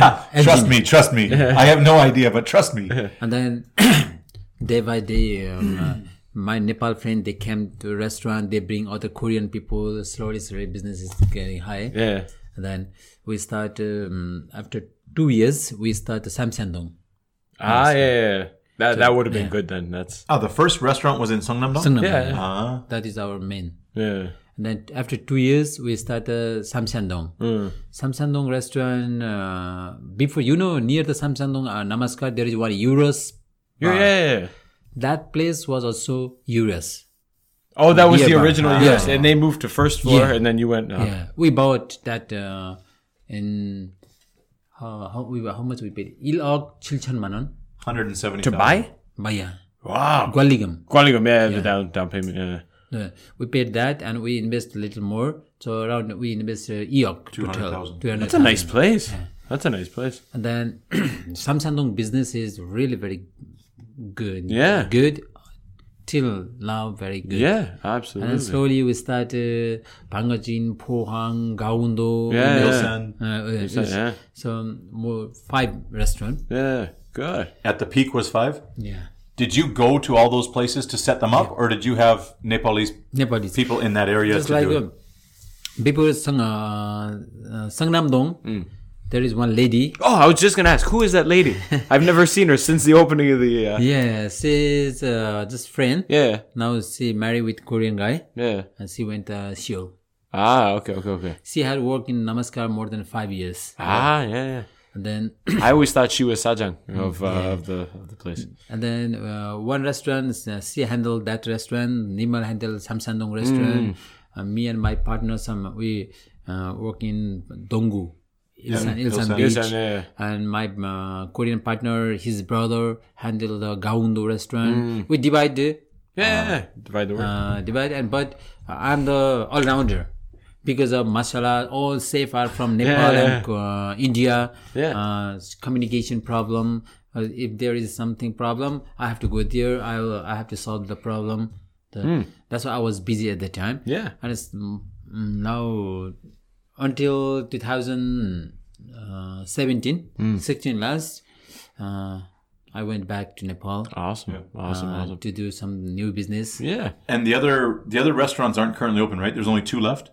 S4: Uh,
S3: Trust me, trust me. I have no idea, but trust me.
S4: and then day by day um, uh, my nepal friend they came to restaurant they bring other korean people slowly slowly business is getting high
S1: Yeah.
S4: and then we start um, after two years we start samsandong
S1: Ah, yeah, yeah. yeah. That that would have been good then. That's
S3: Oh, the first restaurant was in Uh, Songnam-dong?
S4: Sungnam.
S1: yeah,
S4: that is our main
S1: yeah.
S4: and then after two years we start uh, samsandong
S1: Hmm.
S4: samsandong restaurant uh, before you know near the samsandong uh, namaskar there is one euros Uh,
S1: Yeah, yeah, yeah.
S4: that place was also euros
S1: Oh, that was
S4: Yeah,
S1: the
S4: but-
S1: original
S4: Ah.
S1: yes, and they moved to first floor,
S4: Yeah.
S1: and then you went. uh, up.
S4: Yeah, we bought that uh, in how how, we, how much we paid? 1억 7천만 원.
S3: 170.
S1: to buy.
S4: 마야.
S1: Wow,
S4: 관리금.
S1: Gualigam, yeah, the down down payment. Yeah.
S4: No, we paid that and we invest a little more. So around we invest uh, EOC
S3: 200,000.
S1: That's a nice place. That's a nice place.
S4: And then Samsung business is really very good.
S1: Yeah.
S4: Good till now, very good.
S1: Yeah,
S4: And
S1: absolutely.
S4: slowly we started Bangajin, Pohang, Gawundo.
S1: Yeah,
S4: and
S1: yeah.
S3: And
S4: Uh, uh, yes.
S1: yeah.
S4: So more five restaurant.
S1: Yeah, good.
S3: at the peak was five.
S4: Yeah.
S3: Did you go to all those places to set them up, or did you have Nepalese
S4: Nepalese.
S3: people in that area
S4: Just
S3: to
S4: like
S3: do it?
S4: um, people sang uh, uh, Sangnamdong.
S1: Mm.
S4: There is one lady.
S1: Oh, I was just gonna ask, who is that lady? I've never seen her since the opening of the. Uh,
S4: Yeah, she's uh, just friend.
S1: yeah,
S4: Now she married with Korean guy,
S1: yeah.
S4: and she went uh, Seoul.
S1: Ah, okay, okay, okay.
S4: She had worked in Namaskar more than five years.
S1: Ah, yeah, yeah.
S4: And then,
S1: I always thought she was Sajang
S4: Mm-hmm.
S1: of, uh, of the of the place.
S4: and then uh, one restaurant, uh, she handled that restaurant. Nimal handled Samsandong
S1: Mm.
S4: restaurant. Uh, me and my partner, some we uh, work in Dongu, Ilsan, Ilsan,
S3: Ilsan.
S4: Beach.
S1: Ilsan, yeah, yeah.
S4: And my uh, Korean partner, his brother, handled the Gaundo restaurant.
S1: Mm.
S4: We divide, the-
S1: Yeah, yeah, yeah. divide the word.
S4: uh, divide, and but I'm the all rounder. Because of masala, all safe are from Nepal
S1: yeah,
S4: and uh, India.
S1: Yeah.
S4: uh, s- communication problem. Uh, if there is something problem, I have to go there. I will, I have to solve the problem. The, That's why I was busy at the time.
S1: Hmm. Yeah.
S4: and it's mm, now until 2017,
S1: Hmm.
S4: 16 last. Uh, I went back to Nepal
S1: awesome, awesome,
S4: uh,
S1: awesome.
S4: to do some new business.
S1: Yeah,
S3: And the other the other restaurants aren't currently open, right? There's only two left.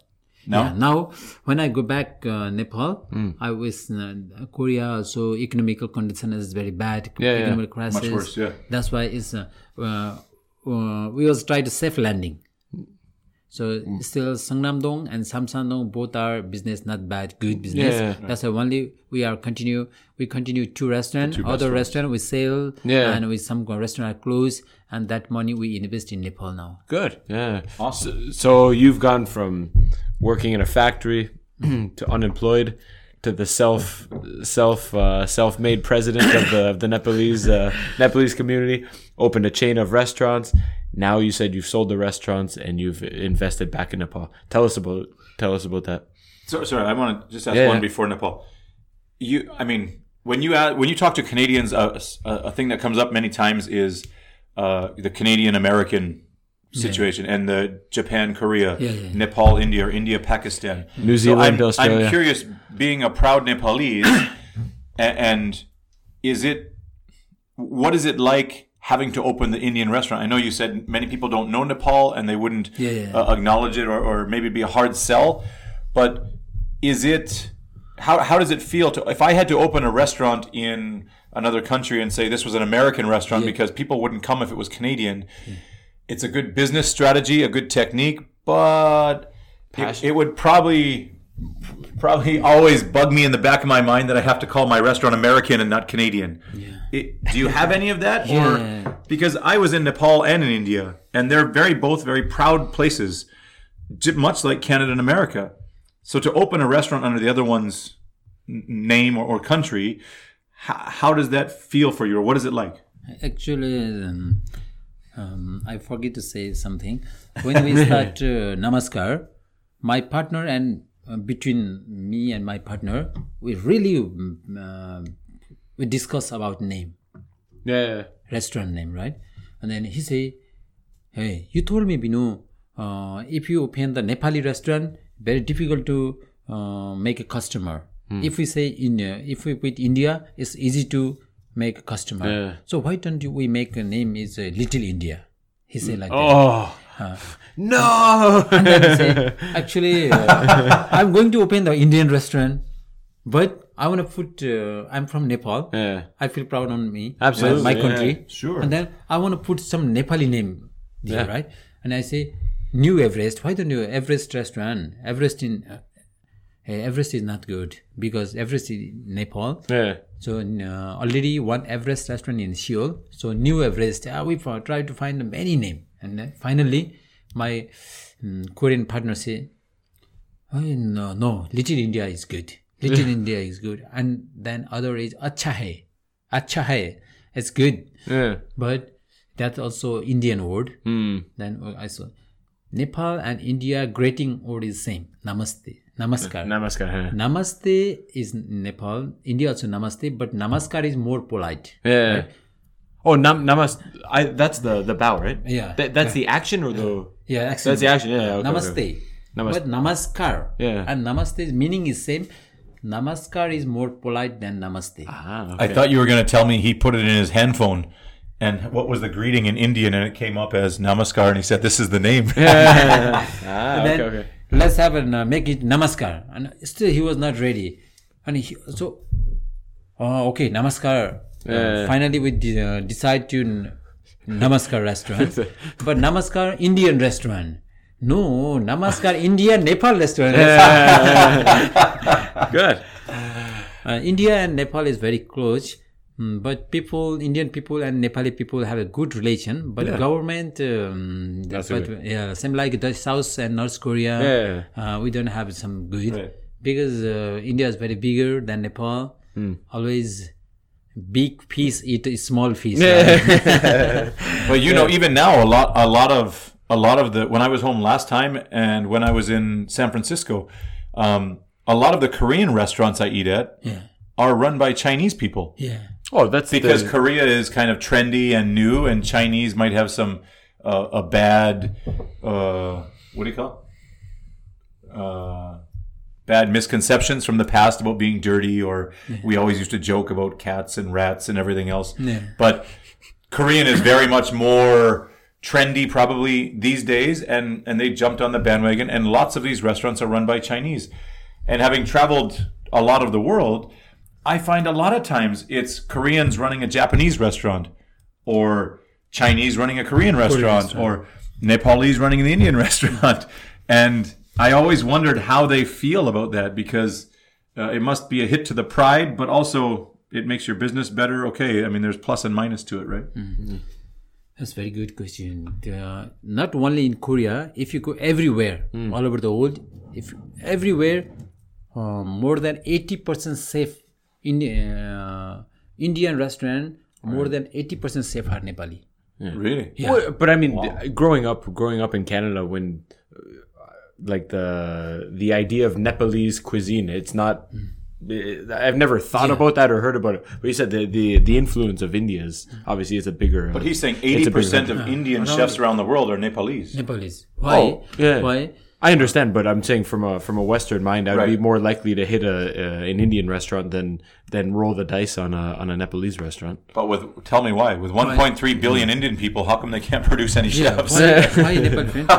S3: No.
S4: Yeah, now, when I go back uh, Nepal,
S1: Hmm.
S4: I was uh, Korea. So economical condition is very bad.
S1: yeah.
S4: economic crisis.
S3: Much worse, yeah.
S4: That's why it's uh, uh, uh, we was try to safe landing. So
S1: Hmm.
S4: still Sangnamdong and Samsandong both are business not bad, good business.
S1: Yeah.
S4: That's why only we are continue. We continue two restaurant, other restaurant we sell,
S1: Yeah.
S4: and with some restaurant are closed, and that money we invest in Nepal now.
S1: good. Yeah, awesome. So, so you've gone from working in a factory to unemployed to the self self uh, self made president of the of the Nepalese uh, Nepalese community. Opened a chain of restaurants. Now you said you've sold the restaurants and you've invested back in Nepal. Tell us about tell us about that.
S3: So, sorry, I want to just ask
S1: Yeah,
S3: one
S1: yeah.
S3: before Nepal. You, I mean, when you a- when you talk to Canadians, uh, a, a thing that comes up many times is uh, the Canadian American situation and the Japan, Korea,
S4: Yeah, yeah.
S3: Nepal, India, or India, Pakistan,
S1: New
S3: So
S1: Zealand,
S3: I'm,
S1: Australia.
S3: I'm curious, being a proud Nepalese, a- and is it what is it like? Having to open the Indian restaurant, I know you said many people don't know Nepal and they wouldn't
S4: Yeah, yeah, yeah.
S3: Uh, acknowledge it or, or maybe be a hard sell. But is it how how does it feel to if I had to open a restaurant in another country and say this was an American restaurant because people wouldn't come if it was Canadian? It's a good business strategy, a good technique, but it, it would probably probably always bug me in the back of my mind that I have to call my restaurant American and not Canadian. It- do you have any of that?
S4: Yeah.
S3: Or because I was in Nepal and in India, and they're very both very proud places, j- much like Canada and America. So to open a restaurant under the other one's n- name or, or country, h- how does that feel for you, or what is it like?
S4: Actually, um, um, I forget to say something. When we start uh, Namaskar, my partner and uh, between me and my partner, we really um, uh, we discuss about name,
S1: Yeah,
S4: restaurant name, right? And then he say, "Hey, you told me, Binu, uh, if you open the Nepali restaurant, very difficult to uh, make a customer.
S1: Hmm.
S4: If we say India, if we put India, it's easy to make a customer.
S1: Yeah.
S4: So why don't you- we make a name is uh, Little India? He say like that.
S1: Oh no!
S4: Then he say, Actually, uh, I'm going to open the Indian restaurant, but I want to put. Uh, I'm from Nepal.
S1: yeah.
S4: I feel proud on me. uh,
S1: Absolutely,
S4: My
S1: yeah.
S4: country.
S3: Sure.
S4: And then I want to put some Nepali name there, right? And I say, New Everest. Why don't you Everest restaurant? Everest in. Uh, eh, Everest is not good because Everest is Nepal.
S1: Yeah.
S4: So uh, already one Everest restaurant in Seoul. So new Everest. Uh, we for, try to find many name, and then finally, my mm, Korean partner say, "Oh, "No, no, Little India is good. Little India is good." And then other is Acha Hai, Acha Hai. It's good,
S1: Yeah.
S4: but that's also Indian word. Then uh, I saw Nepal and India greeting word is same. Namaste. Namaskar.
S1: Namaskar. huh?
S4: Namaste is Nepal. India also namaste, but namaskar is more polite.
S5: Yeah. Oh, nam- namas. I, that's the the bow, right?
S4: Yeah.
S5: That, that's the action or the
S4: Yeah, actually.
S5: that's the action. Yeah. Okay,
S4: namaste.
S5: okay. Namas-
S4: But namaskar.
S5: Yeah.
S4: And namaste's meaning is same. Namaskar is more polite than namaste.
S5: Ah, okay.
S3: I thought you were going to tell me he put it in his handphone. And what was the greeting in Indian? And it came up as Namaskar, and he said, "This is the name."
S5: Ah, okay,
S4: then
S5: okay.
S4: let's have an uh, make it namaskar and still he was not ready and he, so oh okay namaskar Uh, finally we de- uh, decide to n- namaskar restaurant but namaskar indian restaurant no namaskar india nepal restaurant
S1: Good.
S4: Uh, India and Nepal is very close, mm, but people, Indian people and Nepali people have a good relation. But government, um, but yeah, same like the South and North Korea, uh, we don't have some good because uh, India is very bigger than Nepal. Always big piece eat small piece. right?
S3: But you know, even now, a lot, a lot of, a lot of the when I was home last time, and when I was in San Francisco, um, a lot of the Korean restaurants I eat at are run by Chinese people
S4: yeah.
S5: Oh, that's
S3: because
S5: the,
S3: Korea is kind of trendy and new, and Chinese might have some uh, a bad, uh, what do you call? it? Uh, Bad misconceptions from the past about being dirty, or we always used to joke about cats and rats and everything else. But Korean is very much more trendy probably these days and and they jumped on the bandwagon and lots of these restaurants are run by Chinese. And having traveled a lot of the world, I find a lot of times it's Koreans running a Japanese restaurant or Chinese running a Korean restaurant, or Nepalese running an Indian restaurant. And I always wondered how they feel about that because uh, it must be a hit to the pride, but also it makes your business better. Okay, I mean, there's plus and minus to it, right?
S4: That's very good question. The- not only in Korea, if you go everywhere,
S1: Hmm.
S4: all over the world, if everywhere, um, more than eighty percent safe in uh, Indian restaurant, more than eighty percent safe are Nepali.
S3: Really?
S1: Well, but I mean, th- growing up, growing up in Canada, when uh, like the the idea of Nepalese cuisine, it's not. I- I've never thought about that or heard about it. But you said the the, the influence of India is obviously it's a bigger.
S3: But he's saying 80% of Indian chefs around the world are Nepalese.
S4: Nepalese. Why?
S1: Oh, yeah.
S4: Why?
S1: I understand, but I'm saying from a from a Western mind, I'd be
S3: Right.
S1: more likely to hit a, uh an Indian restaurant than than roll the dice on a on a Nepalese restaurant.
S3: But with tell me why. With 1.3 billion Indian people, how come they can't produce any
S4: Yeah,
S3: chefs?
S4: why, why Nepal? friend?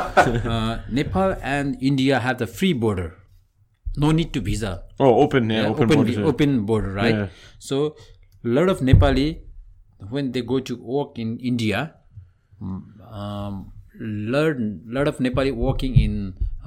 S4: Uh, Nepal and India have the free border. No need to visa.
S1: Oh, open, yeah,
S4: Yeah,
S1: open,
S4: open
S1: borders, yeah.
S4: open border, right?
S1: Yeah.
S4: So, a lot of Nepali, when they go to work in India, um, learn lot of Nepali working in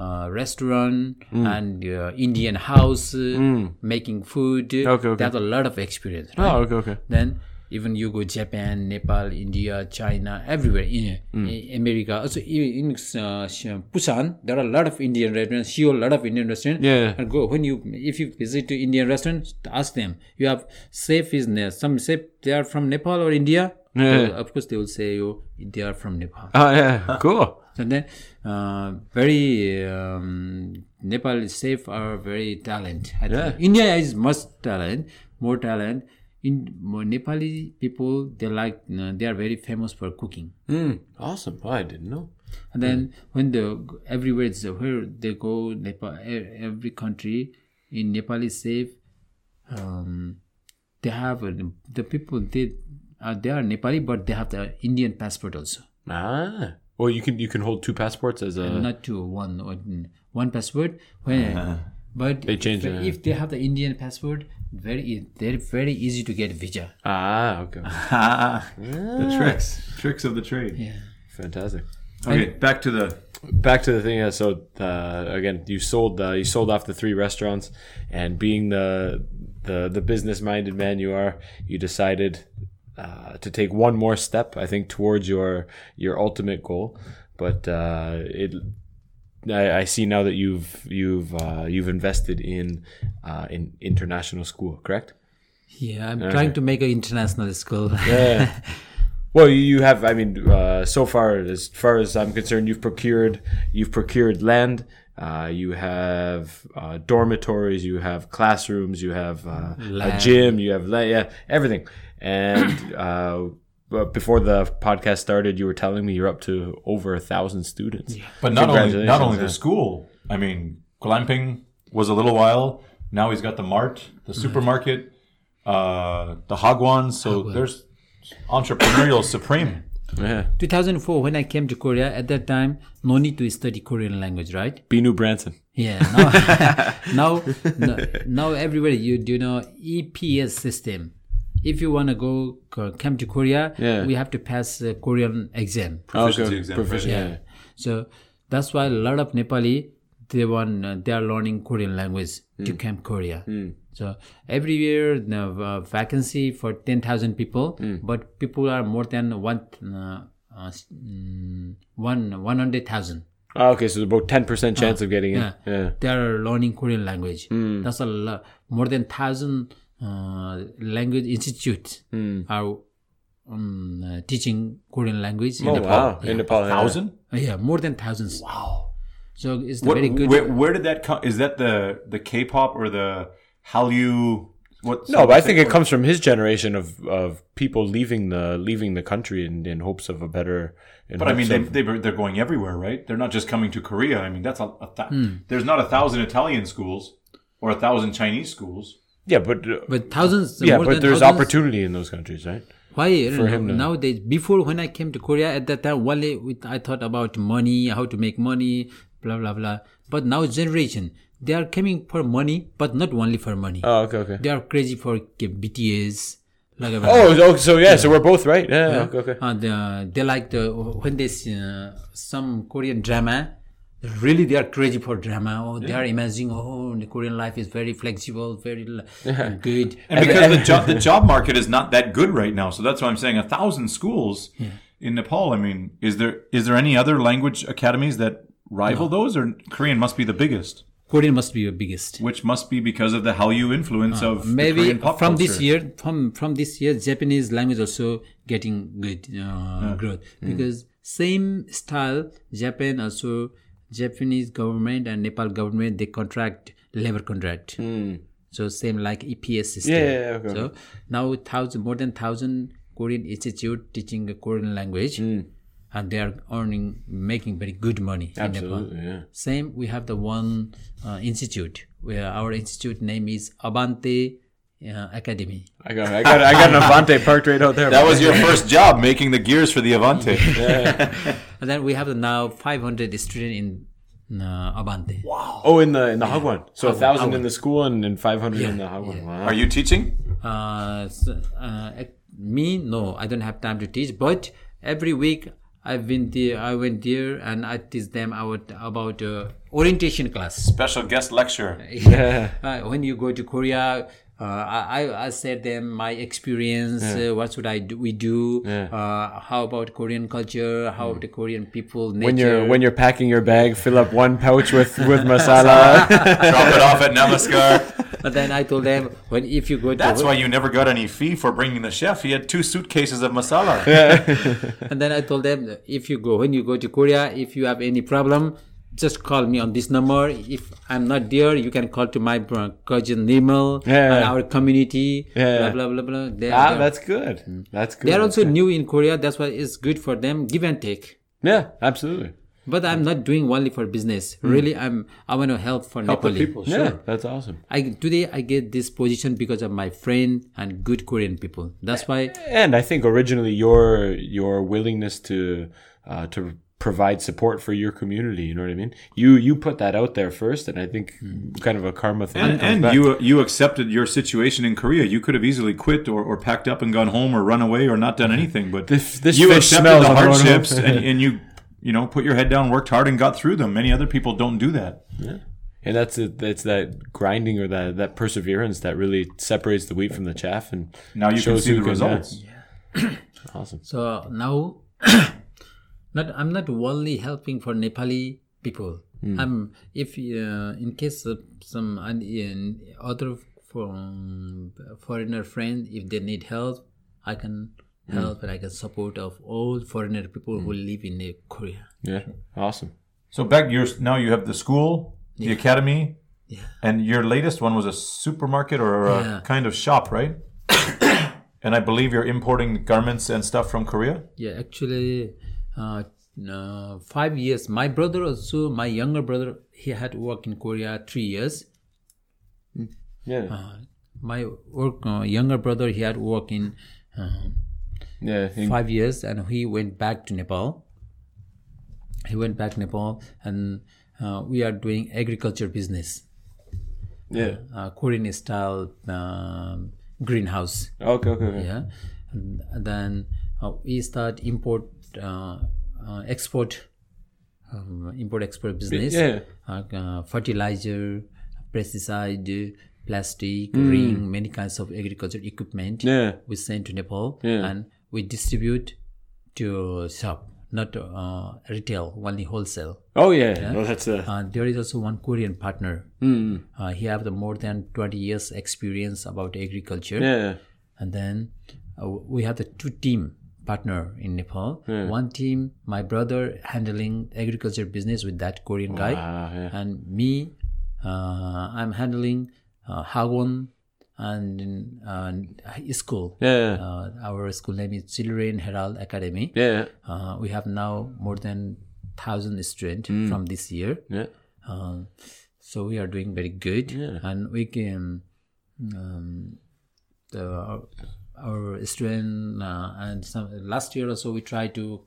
S4: uh, restaurant
S1: Mm.
S4: and uh, Indian house, uh, making food.
S1: Okay, okay.
S4: They have a lot of experience. Right?
S1: Oh, okay, okay.
S4: Then even you go Japan, Nepal, India, China, everywhere in,
S1: Mm.
S4: in America. Also in, in uh, Busan, there are a lot of Indian restaurants. Seoul, a lot of Indian restaurants.
S1: Yeah.
S4: And go when you if you visit to Indian restaurants, ask them. You have safe is there some safe they are from Nepal or India.
S1: Yeah.
S4: So, of course, they will say you they are from Nepal.
S1: Oh, yeah, cool.
S4: And then uh, very um, Nepal is safe are very talent. I think. India is much talent, more talent. In more Nepali people, they like uh, they are very famous for cooking.
S1: Awesome. Oh, I didn't know.
S4: And then
S1: Mm-hmm.
S4: when the everywhere it's where they go Nepal e- every country in Nepal is safe. Um, they have uh, the people they uh, they are Nepali but they have the Indian passport also.
S1: Ah. Well, you can you can hold two passports as a.
S4: not to one or one password when but
S1: Uh-huh. They change uh-huh.
S4: if,
S1: it,
S4: if they have the indian password very e- they're very easy to get visa
S1: Ah, okay.
S3: Ah, the tricks. Tricks of the trade.
S1: Fantastic.
S3: Okay, back to the
S1: Back to the thing. uh, So uh, again, you sold uh, you sold off the three restaurants, and being the the, the business minded man you are, you decided uh, to take one more step. I think towards your your ultimate goal, but uh, it. I, I see now that you've you've uh, you've invested in uh, in international school, correct?
S4: yeah i'm trying to make an international school
S1: Uh-huh. Yeah. Well, you have. I mean, uh, so far, as far as I'm concerned, you've procured you've procured land. Uh, you have uh, dormitories. You have classrooms. You have uh, a gym. You have la- yeah, everything. And uh, but before the podcast started, you were telling me you're up to over a thousand students.
S3: But not only not
S1: Congratulations,
S3: only the
S1: yeah.
S3: school. I mean, glamping was a little while. Now he's got the mart, the supermarket, uh, the hagwons. So there's entrepreneurial supreme.
S1: Yeah.
S4: 2004 when I came to Korea. At that time, no need to study Korean language, right?
S1: Binu Branson.
S4: Yeah. Now, now, no- now everywhere you do know EPS system. If you want to go co- come to Korea,
S1: Yeah.
S4: we have to pass the Korean exam.
S3: Proficiency
S1: Oh, okay.
S3: exam,
S1: Proficient.
S4: Yeah. So that's why a lot of Nepali they want uh, they are learning Korean language to come Korea. So every year the uh, vacancy for ten thousand people, but people are more than one uh, uh, s- mm, one one hundred thousand.
S1: Ah, okay, so about ten percent chance of getting in. Yeah. Hmm.
S4: They are learning Korean language. That's a lot. More than thousand uh, language institute
S1: Hmm.
S4: are um, uh, teaching Korean language. in
S1: Oh,
S4: Nepal.
S1: wow. In Nepal, yeah.
S3: Thousand.
S4: Uh, Yeah, more than thousands. Wow. So it's
S3: What,
S4: very good.
S3: where, where did that come? Is that the the K-pop or the Hallyu? What?
S1: No, but I think it comes from his generation of, of people leaving the leaving the country in, in hopes of a better. In
S3: But I mean,
S1: hopes
S3: they,
S1: of-
S3: they, they're going everywhere, right? They're not just coming to Korea. I mean, that's a, a thou-
S4: Hmm.
S3: there's not a thousand Italian schools or a thousand Chinese schools.
S1: yeah, but uh,
S4: but thousands.
S1: yeah,
S4: more
S1: but
S4: than
S1: there's
S4: thousands.
S1: opportunity in those countries, right?
S4: Why you know,
S1: him to-
S4: nowadays? Before when I came to Korea, at that time, only with- I thought about money, how to make money, blah blah blah. But now generation, they are coming for money, but not only for money.
S1: Oh, okay, okay.
S4: they are crazy for K- BTS. Like
S1: Oh, so- so yeah, so we're both right. Yeah, okay, okay.
S4: Uh, the, they like the when they see uh, some Korean drama. Really, they are crazy for drama. Oh, they are imagining. Oh, the Korean life is very flexible, very l- good.
S3: And because the job the job market is not that good right now, so that's why I'm saying a thousand schools in Nepal. I mean, is there is there any other language academies that rival those, or Korean must be the biggest,
S4: Korean must be your biggest.
S3: which must be because of the Hallyu influence of the
S4: Uh, Maybe
S3: Korean
S4: from
S3: pop
S4: this
S3: culture.
S4: year, from from this year, Japanese language also getting good uh, growth
S1: Mm.
S4: because same style. Japan also Japanese government and Nepal government they contract labor contract. So same like EPS system.
S1: Mm. Yeah, yeah, yeah, okay.
S4: So now thousand more than thousand Korean institute teaching the Korean language,
S1: Mm.
S4: and they are earning making very good money in Nepal.
S1: Absolutely, yeah.
S4: Same, we have the one uh, institute where our institute name is Abante uh, Academy.
S1: I got, I got, I got an Avante parked right out there.
S3: That was your first job making the gears for the Avante.
S4: And then we have the now 500 students in uh, Abante.
S1: oh, in the in the Hagwon. So a thousand in the school and, and five hundred in the Hagwon. Wow.
S3: Are you teaching?
S4: Uh, so, uh, ac- me, no, I don't have time to teach, but every week I've been there, I went there and I teach them about, about uh, orientation class.
S3: Special guest lecture.
S4: Uh, when you go to Korea, uh, I, I- I said them my experience. Uh, what should I do? We do. Uh, how about Korean culture? How the Korean people? Nature?
S1: Mm. When you're when you're packing your bag, fill up one pouch with with masala.
S3: Drop it off at Namaskar.
S4: But then I told them when if you go to
S3: That's why you never got any fee for bringing the chef. He had two suitcases of masala.
S4: and then I told them if you go when you go to Korea, if you have any problem, just call me on this number. If I'm not there, you can call to my bro- cousin Nimal
S1: Yeah.
S4: and our community.
S1: Yeah.
S4: Blah blah blah blah. They,
S1: ah,
S4: they-
S1: that's good. That's good.
S4: they are also new in Korea. That's why it's good for them. Give and take.
S1: yeah, absolutely.
S4: But I'm not doing only for business. Really, I'm I want to help for Nepali.
S1: Yeah, that's awesome.
S4: I today I get this position because of my friend and good Korean people. That's why
S1: And I think originally your your willingness to uh, to provide support for your community, you know what I mean? You you put that out there first, and I think kind of a karma thing.
S3: Mm. And,
S1: comes
S3: and
S1: back.
S3: you you accepted your situation in Korea. You could have easily quit or, or packed up and gone home or run away or not done anything. But
S1: This- this
S3: you
S1: fish
S3: accepted
S1: smells,
S3: the
S1: I'm going
S3: hardships
S1: home.
S3: and, and you you know put your head down, worked hard, and got through them. Many other people don't do that.
S1: and that's it. That's that grinding or that that perseverance that really separates the wheat from the chaff, and
S3: Now you can
S1: shows
S3: see
S1: who
S3: the results.
S1: yeah, awesome.
S4: so now not I'm not only helping for Nepali people. I'm if uh, in case of some and in other from foreigner friend if they need help, I can help like a support of all foreigner people who live in the Korea.
S1: Yeah. Awesome.
S3: So back you're now you have the school, the academy,
S4: Yeah.
S3: and your latest one was a supermarket or a
S4: Yeah.
S3: kind of shop, right? and I believe you're importing garments and stuff from Korea.
S4: Yeah, actually, uh, no, five years. My brother also, my younger brother, he had worked in Korea three years.
S1: Yeah.
S3: Uh,
S4: My work, uh, younger brother, he had worked in
S1: yeah. in-
S4: five years, and he went back to Nepal. He went back to Nepal, and uh, we are doing agriculture business,
S1: yeah.
S4: uh, Korean style um, greenhouse.
S1: Okay. Okay. okay.
S4: yeah and then uh, we start import uh, uh, export um, import export business
S1: yeah.
S4: uh, uh, fertilizer pesticide plastic ring many kinds of agriculture equipment
S1: Hmm. Yeah.
S4: we send to nepal
S1: Yeah.
S4: and we distribute to shop not uh, retail only wholesale
S1: Oh yeah. No, that's a
S4: uh, there is also one korean partner
S1: Hmm.
S4: uh, he have the more than 20 years experience about agriculture
S1: yeah.
S4: and then uh, we have the two team partner in Nepal. One team, my brother handling agriculture business with that Korean guy, and me, uh, I'm handling uh, Hagwon and uh, school.
S1: Yeah.
S4: Uh, our school name is Children Herald Academy.
S1: Yeah.
S4: Uh, we have now more than thousand students from this year.
S1: Yeah.
S4: Um, so we are doing very good, and we can um, the, our, our student uh, and some last year also we tried to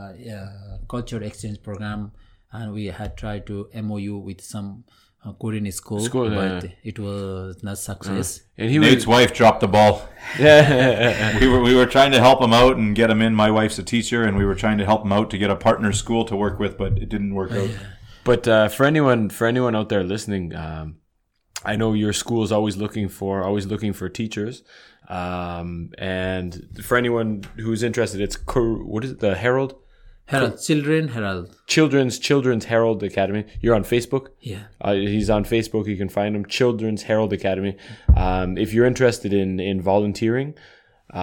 S4: uh, yeah, culture exchange program, and we had tried to MOU with some uh, Korean school,
S1: School,
S4: but
S1: yeah. Uh-huh.
S4: it was not success.
S1: And he
S3: Nate's
S1: was
S3: wife dropped the ball.
S1: yeah.
S3: we were we were trying to help him out and get him in. My wife's a teacher, and we were trying to help him out to get a partner school to work with, but it didn't work
S4: Oh,
S3: out.
S1: But uh, for anyone for anyone out there listening, um, I know your school is always looking for always looking for teachers. Um, and for anyone who's interested, it's Cor- what is it? The Herald
S4: Herald, children Herald,
S1: Children's Children's Herald Academy. You're on Facebook.
S4: yeah.
S1: Uh, he's on Facebook. You can find him, Children's Herald Academy. Um, if you're interested in in volunteering,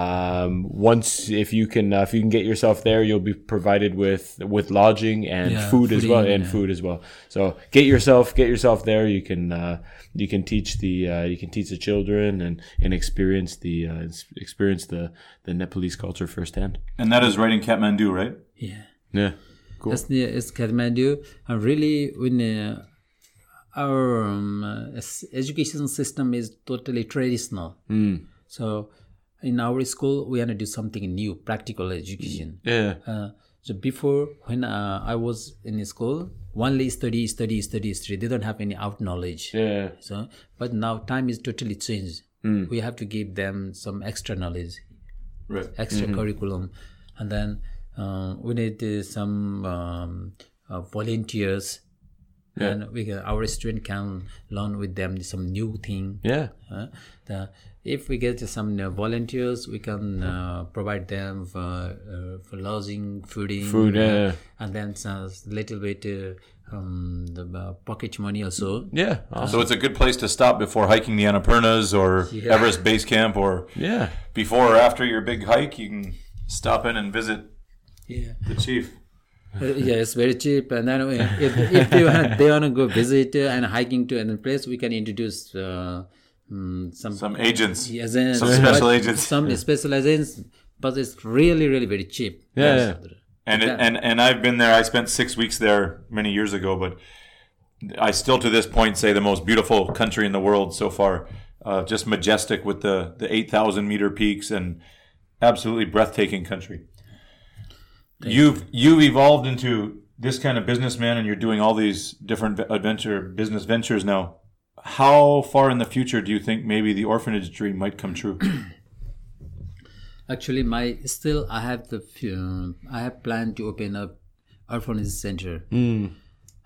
S1: um, once if you can uh, if you can get yourself there, you'll be provided with with lodging and
S4: Yeah,
S1: food as well
S4: footing,
S1: and food as well. So get yourself get yourself there. You can uh, you can teach the uh, you can teach the children and and experience the uh, s- experience the the Nepalese culture firsthand.
S3: And that is right in Kathmandu, right?
S1: Yeah,
S4: That's near is Kathmandu. And really, when uh, our um, uh, s- education system is totally traditional,
S1: Hmm.
S4: so in our school we want to do something new, practical education.
S1: yeah,
S4: Uh, so before, when uh, I was in school, only study, study, study, study. They don't have any out knowledge.
S1: yeah,
S4: So, but now time is totally changed.
S1: Hmm.
S4: We have to give them some extra knowledge,
S3: Right.
S4: extra
S1: Mm-hmm.
S4: curriculum, and then uh, we need uh, some um, uh, volunteers, and we can, our student can learn with them some new thing.
S1: yeah,
S4: Uh, the, if we get some uh, volunteers, we can uh, provide them for, uh, for lodging, fooding,
S1: Food, yeah, yeah.
S4: and then some little bit uh, um, the uh, pocket money also.
S1: yeah. Awesome.
S3: So it's a good place to stop before hiking the Annapurnas or Everest Base Camp, or
S1: Yeah,
S3: before or after your big hike, you can stop in and visit
S4: Yeah.
S3: the chief.
S4: Uh, yeah, it's very cheap, and then uh, if, if they want, they want to go visit uh, and hiking to another place, we can introduce uh, mm, some
S3: Some agents.
S4: agents,
S3: some special
S4: but-
S3: agents.
S4: some special agents, but it's really, really very cheap.
S1: yeah.
S3: And, it, and and I've been there. I spent six weeks there many years ago, but I still to this point say the most beautiful country in the world so far. Uh, just majestic with the the eight thousand meter peaks and absolutely breathtaking country. You've you've evolved into this kind of businessman, and you're doing all these different ve- adventure business ventures now. How far in the future do you think maybe the orphanage dream might come true?
S4: Actually, my still I have the few- I have planned to open up orphanage center.
S3: Hmm.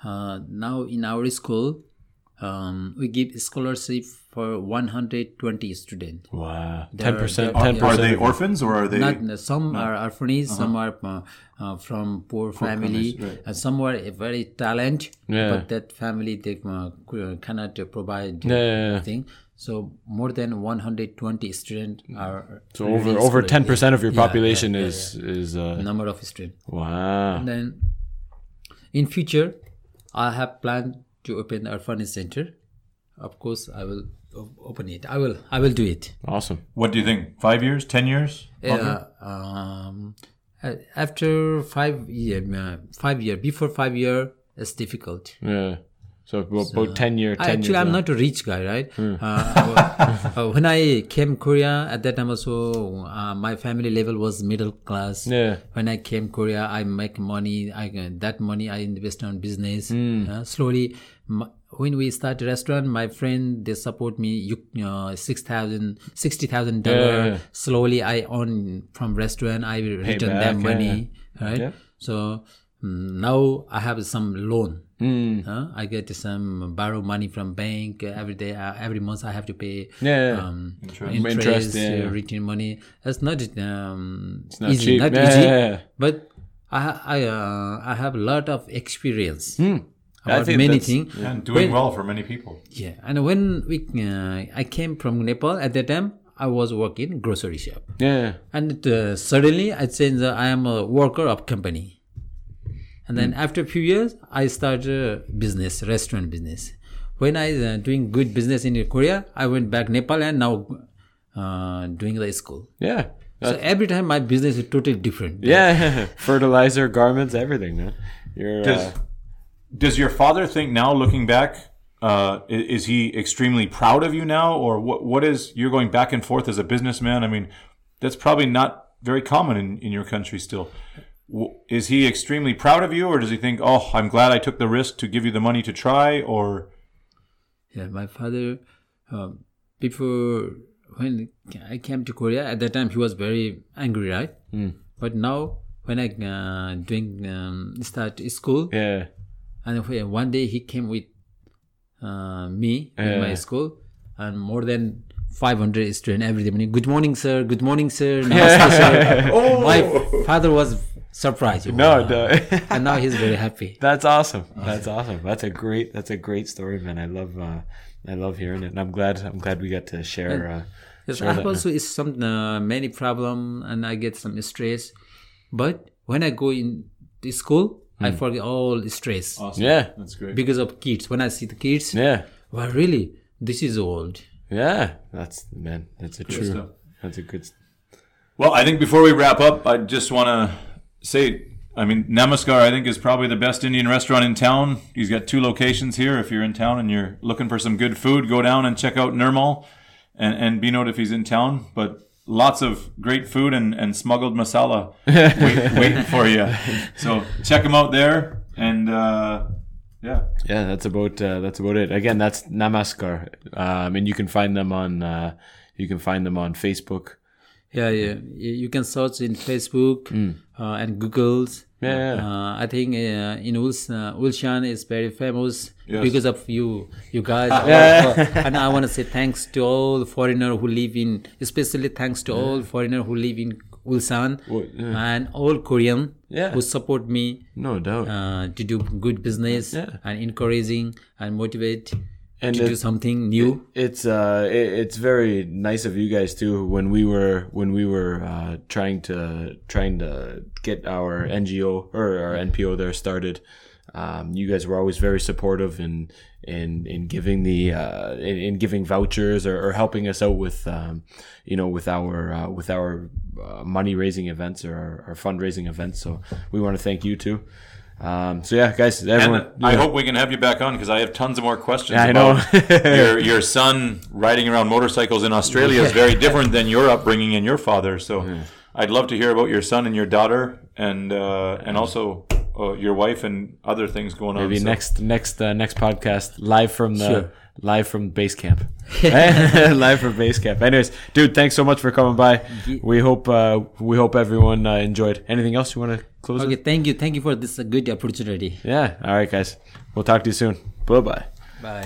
S4: Uh, now in our school, um, we give scholarship for 120 students.
S1: Wow,
S4: There
S1: ten
S4: are-
S1: percent,
S4: there are-
S1: ten
S3: Are
S1: percent.
S3: they orphans or are they?
S4: not some are orphanages, some
S1: Uh-huh.
S4: are uh, uh, from poor family, and some are uh, very talent,
S1: Yeah.
S4: but that family they uh, cou- cannot uh, provide
S1: yeah, yeah.
S4: thing. So more than 120 students are
S1: Mm. So
S4: really
S1: over over
S4: excluded.
S1: ten percent of your
S4: Yeah, yeah,
S1: population
S4: yeah,
S1: is Oh. is uh,
S4: yeah. number of students.
S1: wow.
S4: Then, in future, I have planned to open orphanage center. Of course, I will o- open it. I will. I will do it.
S1: Awesome.
S3: What do you think? Five years? Ten years?
S4: Yeah. Um, a- after five year, uh, five year before five year, it's difficult.
S1: Yeah. So about, about ten year.
S4: I-
S1: Ten
S4: actually,
S1: years Hmm.
S4: I'm
S1: now.
S4: not a rich guy, right? Uh, uh, when I came Korea, at that time also, uh, my family level was middle class.
S1: Yeah.
S4: When I came Korea, I make money. I can- that money I invest on business.
S1: Mm.
S4: Uh, slowly, m- when we start restaurant, my friend they support me. You uh, six thousand, sixty
S1: Yeah.
S4: thousand dollar. Slowly, I earn from restaurant. I will return
S1: back,
S4: them
S1: yeah,
S4: money, right? So mm, now I have some loan.
S1: Mm.
S4: Huh? I get some borrow money from bank uh, every day. Uh, every month I have to pay
S1: Yeah, yeah.
S4: um, interest,
S1: Interest, yeah.
S4: uh, return money. That's not um, it's
S1: not
S4: easy,
S1: cheap.
S4: not
S1: Yeah,
S4: easy.
S1: yeah, yeah.
S4: But I ha- I uh, I have a lot of experience
S1: Hmm. I
S4: about
S1: think
S4: many
S1: that's-
S4: things.
S3: And doing well for many people.
S4: Yeah, and when we uh, I came from Nepal at that time, I was working grocery shop,
S1: Yeah.
S4: and uh, suddenly I changed. Uh, I am a worker of company, and then after a few years, I started a business, restaurant business. When I uh, doing good business in Korea, I went back Nepal and now uh, doing the school.
S1: Yeah. Uh,
S4: so every time my business is totally different.
S1: Yeah. Fertilizer, garments, everything, man. You're uh,
S3: Does, does your father think now, looking back, uh, i- is he extremely proud of you now, or what? What is you're going back and forth as a businessman? I mean, that's probably not very common in, in your country still. W- Is he extremely proud of you, or does he think, "Oh, I'm glad I took the risk to give you the money to try"? Or
S4: Yeah, my father, um, before when I came to Korea, at that time he was very angry, right? But now when I uh, doing um, start school,
S1: yeah.
S4: and when- one day he came with uh, me in my school, and more than. 500 students every morning. Good morning, sir. Good morning, sir. Namaste, sir. My father was surprised.
S1: Oh. No, no.
S4: and now he's very happy.
S1: That's awesome. That's awesome. That's a great. That's a great story, man. I love. Uh, I love hearing it, and I'm glad. I'm glad we got to share. Uh,
S4: Yes,
S1: share
S4: I
S1: that.
S4: have also is some uh, many problem and I get some stress, but when I go in the school, I
S1: Hmm.
S4: forget all the stress
S1: Yeah.
S3: that's great.
S4: because of kids. When I see the kids,
S1: Oh. Yeah.
S4: well, really, this is old.
S1: Yeah. That's man. That's a true. That's a good.
S3: Well, I think before we wrap up, I just want to say, I mean, Namaskar, I think is probably the best Indian restaurant in town. He's got two locations here. If you're in town and you're looking for some good food, go down and check out Nirmal and, and Binod if he's in town. But lots of great food and, and smuggled masala wait, waiting for you. So check him out there. And uh, yeah,
S1: Yeah, that's about uh, that's about it. Again, that's Namaskar, um, and you can find them on uh, you can find them on Facebook.
S4: Yeah, yeah. Y- You can search in Facebook uh, and Google's.
S1: Hmm. Yeah, yeah.
S4: Uh, I think uh, in Uls- uh, Ulshan is very famous because of you, you guys. Uh, and I want to say thanks to all foreigner who live in, especially thanks to all foreigner who live in Ulsan and all Korean
S1: Yeah.
S4: who support me
S1: No doubt.
S4: uh, to do good business
S1: Yeah.
S4: and encouraging and motivate
S1: And
S4: to do
S1: it's-
S4: something new.
S1: it's uh it, it's very nice of you guys too when we were when we were uh, trying to trying to get our NGO or our NPO there started um, you guys were always very supportive in in in giving the uh, in, in giving vouchers or, or helping us out with um, you know with our uh, with our uh, money raising events or our, our fundraising events so we want to thank you too um, so yeah guys
S3: and
S1: everyone
S3: I
S1: yeah.
S3: hope we can have you back on because I have tons of more questions.
S1: I know.
S3: about your your son riding around motorcycles in Australia is very different than your upbringing and your father. So I'd love to hear about your son and your daughter, and uh, and also uh, your wife and other things going on.
S1: Maybe
S3: So-
S1: next next uh, next podcast live from the
S4: Sure.
S1: live from base camp. live from base camp. Anyways, dude, thanks so much for coming by. We hope uh, we hope everyone uh, enjoyed. Anything else you want to close?
S4: Okay,
S1: with?
S4: thank you. Thank you for this uh, good opportunity.
S1: Yeah. All right, guys. We'll talk to you soon. Bye bye.
S4: Bye.